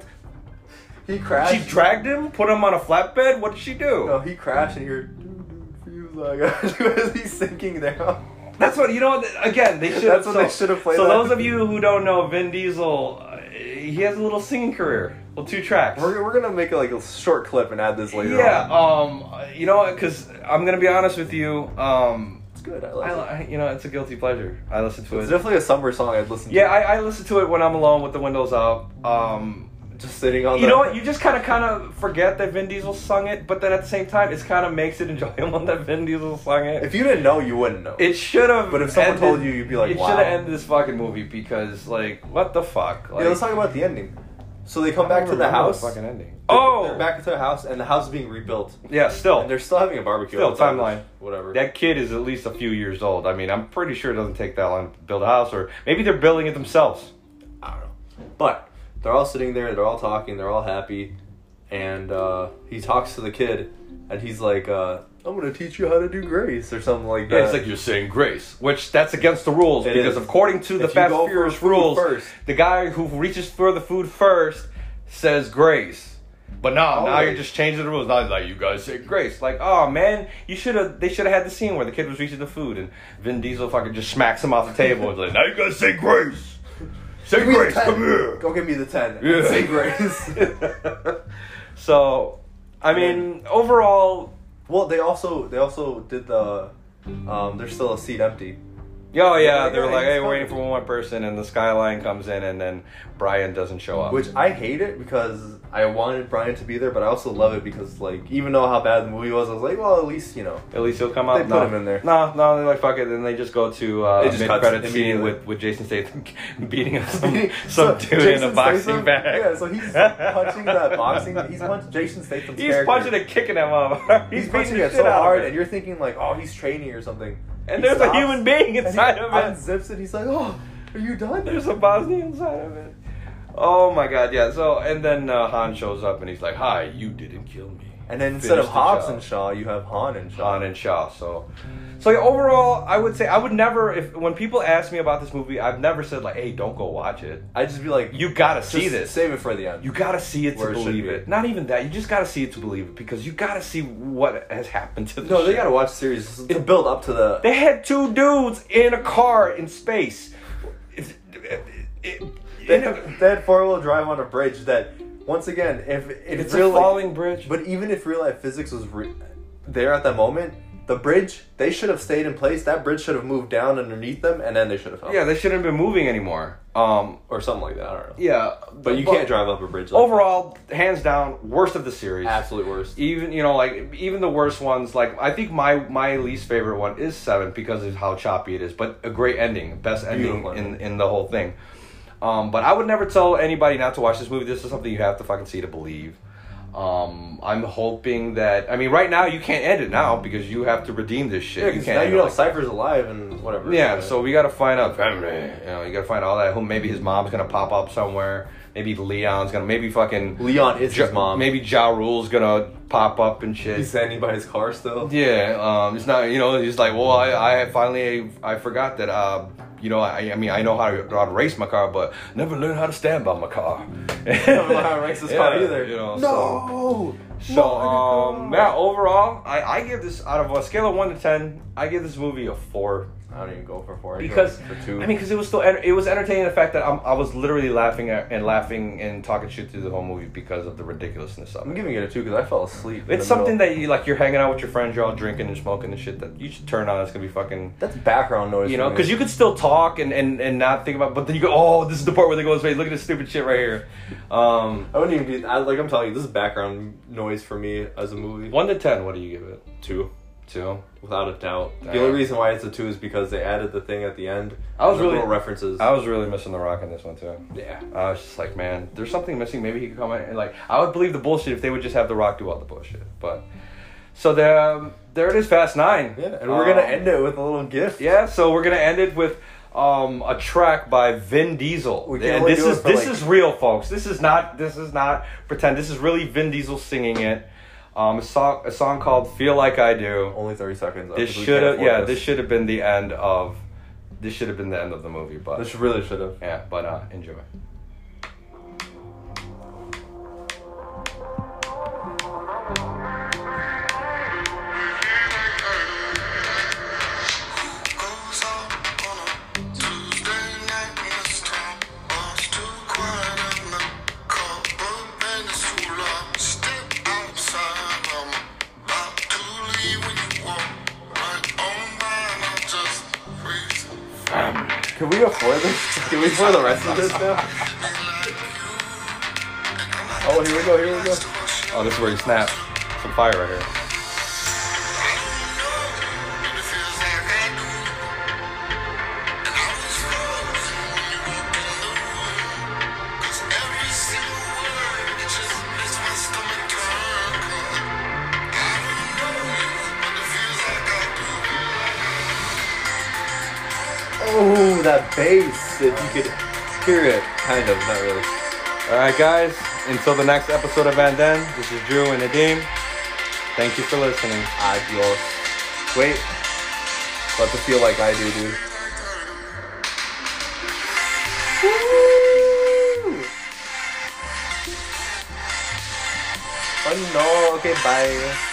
B: He crashed.
A: She dragged him, put him on a flatbed. What did she do?
B: No, he crashed and you're. <laughs> He was like, he's sinking down.
A: That's what you know. Again, they should.
B: That's
A: so,
B: what they should've played
A: So
B: that.
A: those of you who don't know, Vin Diesel, uh, he has a little singing career, well, two tracks.
B: We're, we're gonna make like a short clip and add this later.
A: yeah,
B: on.
A: um, you know, because I'm gonna be honest with you, um,
B: It's good. I like
A: I,
B: it.
A: li- you know, it's a guilty pleasure. I listen to
B: It's
A: it.
B: definitely a summer song I'd listen to.
A: Yeah, I, I listen to it when I'm alone with the windows up. Um,
B: just sitting on.
A: you
B: the,
A: know what? You just kind of kind of forget that Vin Diesel sung it, but then at the same time, it's kind of makes it enjoyable <laughs> that Vin Diesel sung it.
B: if you didn't know, you wouldn't know.
A: It should have.
B: But if someone
A: ended-
B: told you, you'd be like,
A: it
B: "Wow."
A: should have ended this fucking movie because, like, what the fuck? Like,
B: yeah, let's talk about the ending. So they come
A: I don't
B: back to the
A: remember
B: house.
A: fucking ending.
B: They're-
A: Oh,
B: they're back to the house, and the house is being rebuilt.
A: yeah.
B: And
A: Still,
B: they're still having a barbecue.
A: Still,
B: outside,
A: timeline.
B: Whatever.
A: that kid is at least a few years old. I mean, I'm pretty sure it doesn't take that long to build a house, or maybe they're building it themselves.
B: I don't know. But they're all sitting there, they're all talking, they're all happy, and uh, he talks to the kid, and he's like, uh, "I'm gonna teach you how to do grace" or something like that.
A: Yeah, it's like you're saying grace, which that's against the rules
B: Uh, It
A: because
B: is.
A: according to the
B: If you
A: Fast
B: go for
A: Furious
B: food
A: rules,
B: first.
A: the guy who reaches for the food first says grace. But no, now you're
B: Always.
A: just changing the rules. Now it's like you guys say grace. Like, oh man, you should have. They should have had the scene where the kid was reaching the food and Vin Diesel fucking just smacks him off the table and like, now you guys say grace. Say
B: Give me the
A: grace.
B: 10.
A: Come here.
B: Go give me the ten.
A: Yeah.
B: <laughs> Say grace.
A: <laughs> so, I mean, overall,
B: well, they also they also did the. Um, there's still a seat empty.
A: Oh yeah,
B: Yeah,
A: they're
B: yeah,
A: like,
B: he's
A: hey, we're waiting for
B: coming.
A: one more person, and the skyline comes in, and then Brian doesn't show up.
B: Which I hate it because I wanted Brian to be there, but I also love it because like even though how bad the movie was, I was like, well, at least you know.
A: at least he'll come out.
B: They put
A: no.
B: him in there.
A: No, no, they're like, fuck it, and they just go to uh,
B: It just cuts
A: mid-credit scene
B: immediately.
A: with, with Jason Statham <laughs> beating up <laughs> some,
B: <laughs> So,
A: some dude in a
B: Jason
A: boxing
B: Statham-
A: bag.
B: <laughs> Yeah, so he's punching
A: <laughs>
B: that boxing. He's punching Jason Statham's
A: He's
B: character.
A: punching and kicking him up. <laughs>
B: He's,
A: he's beating
B: punching
A: the
B: it
A: shit
B: so
A: out
B: hard,
A: of
B: and
A: him.
B: you're thinking like, oh, he's training or something.
A: And
B: He
A: there's
B: stops,
A: a human being
B: and he
A: inside of it.
B: Unzips it. He's like, oh, are you done?
A: There's a Bosnian inside of it. Oh my god, yeah. So and then uh, Han shows up and he's like, "Hi, you didn't kill me."
B: and then instead of
A: Finish the
B: Hobbs
A: job.
B: and Shaw, you have Han and Shaw.
A: John and Shaw. So, so yeah, overall, I would say I would never. If when people ask me about this movie, I've never said like, "Hey, don't go watch it."
B: I'd just be like,
A: You gotta
B: just
A: see this.
B: Save it for the end.
A: You gotta see it to
B: Where it should
A: believe
B: be.
A: it. Not even that. You just gotta see it to believe it because you gotta see what has happened to. This
B: no, they
A: shit.
B: gotta watch the series to build up to the.
A: They had two dudes in a car in space. It- it- it-
B: They
A: in a-
B: had, they had four wheel drive on a bridge that, once again, if, if
A: it's
B: real
A: a
B: life-
A: falling bridge.
B: But even if real life physics was re- there at that moment, the bridge they should have stayed in place. That bridge should have moved down underneath them, and then they should have fell.
A: yeah, they shouldn't have been moving anymore. Um,
B: or something like that. I don't know.
A: yeah,
B: But you can't drive up a bridge. Like
A: Overall, hands down, worst of the series.
B: that. absolute worst.
A: even you know like even the worst ones like i think my my least favorite one is seven because of how choppy it is but a great ending best ending
B: Beautiful
A: in
B: ending.
A: in the whole thing um but i would never tell anybody not to watch this movie this is something you have to fucking see to believe um i'm hoping that i mean right now you can't end it now because you have to redeem this shit
B: Yeah,
A: you
B: because
A: can't
B: now
A: end
B: you
A: it
B: know
A: like-
B: Cypher's alive and whatever.
A: yeah, so we gotta find out family. You know, you gotta find all that. Who maybe his mom's gonna pop up somewhere. Maybe Leon's gonna. Maybe fucking
B: Leon is
A: Ja-
B: his mom.
A: Maybe Ja Rule's gonna pop up and shit.
B: <laughs> he's standing by his car still. <laughs>
A: Yeah, um, it's not. You know, he's like, well, I, I finally, I forgot that. Uh, you know, I, I mean, I know how to, how to race my car, but never learned how to stand by my <laughs> car.
B: I don't know how it ranks this car
A: Yeah,
B: either.
A: you know,
B: no.
A: So,
B: Oh my
A: um,
B: God.
A: yeah, overall, I, I give this out of a scale of one to ten, I give this movie a four
B: I don't even go for four. I go
A: because
B: for two.
A: I mean, because it was still enter- it was entertaining. The fact that I'm, I was literally laughing at, and laughing and talking shit through the whole movie because of the ridiculousness of
B: I'm
A: it.
B: giving it a two because I fell asleep. in
A: It's
B: the
A: something
B: middle.
A: that you like. You're hanging out with your friends, you're all drinking and smoking and shit. That you should turn on. It's gonna be fucking.
B: that's background noise.
A: You know,
B: for me.
A: because you could still talk and, and, and not think about, but then you go, oh, this is the part where they go this way. Look at this stupid shit right here. Um,
B: I wouldn't even do. I, like I'm telling you, this is background noise for me as a movie.
A: one to ten, what do you give it?
B: two.
A: Two.
B: Without a doubt. The
A: Damn.
B: only reason why it's a two is because they added the thing at the end.
A: I was
B: The
A: really-
B: little references.
A: I was really missing the rock in this one too.
B: yeah.
A: I was just like, man, there's something missing. Maybe he could come in and like, I would believe the bullshit if they would just have the rock do all the bullshit. But so there, um, there it is, Fast Nine.
B: Yeah, and we're gonna
A: Um,
B: end it with a little gift.
A: Yeah, so we're gonna end it with um, a track by Vin Diesel.
B: We can
A: and
B: only
A: this
B: do it
A: is
B: for,
A: this
B: like-
A: is real, folks. This is not this is not pretend. This is really Vin Diesel singing it. Um, a song a song called "Feel Like I Do."
B: Only thirty seconds.
A: This
B: 'cause we
A: should
B: can't
A: have
B: afford
A: yeah. This should have been the end of this should have been the end of the movie, but
B: This really should have.
A: yeah, but uh, enjoy.
D: Goes out on a Tuesday night in a storm. Mom's too quiet in the car. Bullpen is too loud. Step outside. I'm about to leave when you walk right on by. And I
A: Can we afford this? <laughs> Can we afford the rest of this now? Oh, here we go, here we go.
D: Oh, this is where you snap. Some fire right here.
A: Oh, that bass. If you could hear it, kind of, not really.
D: All right, guys. Until the next episode of Van Den, this is Drew and Nadim. Thank you for listening.
A: Adios. Wait. Let to feel like I do, dude. Woo! Oh no, okay, bye.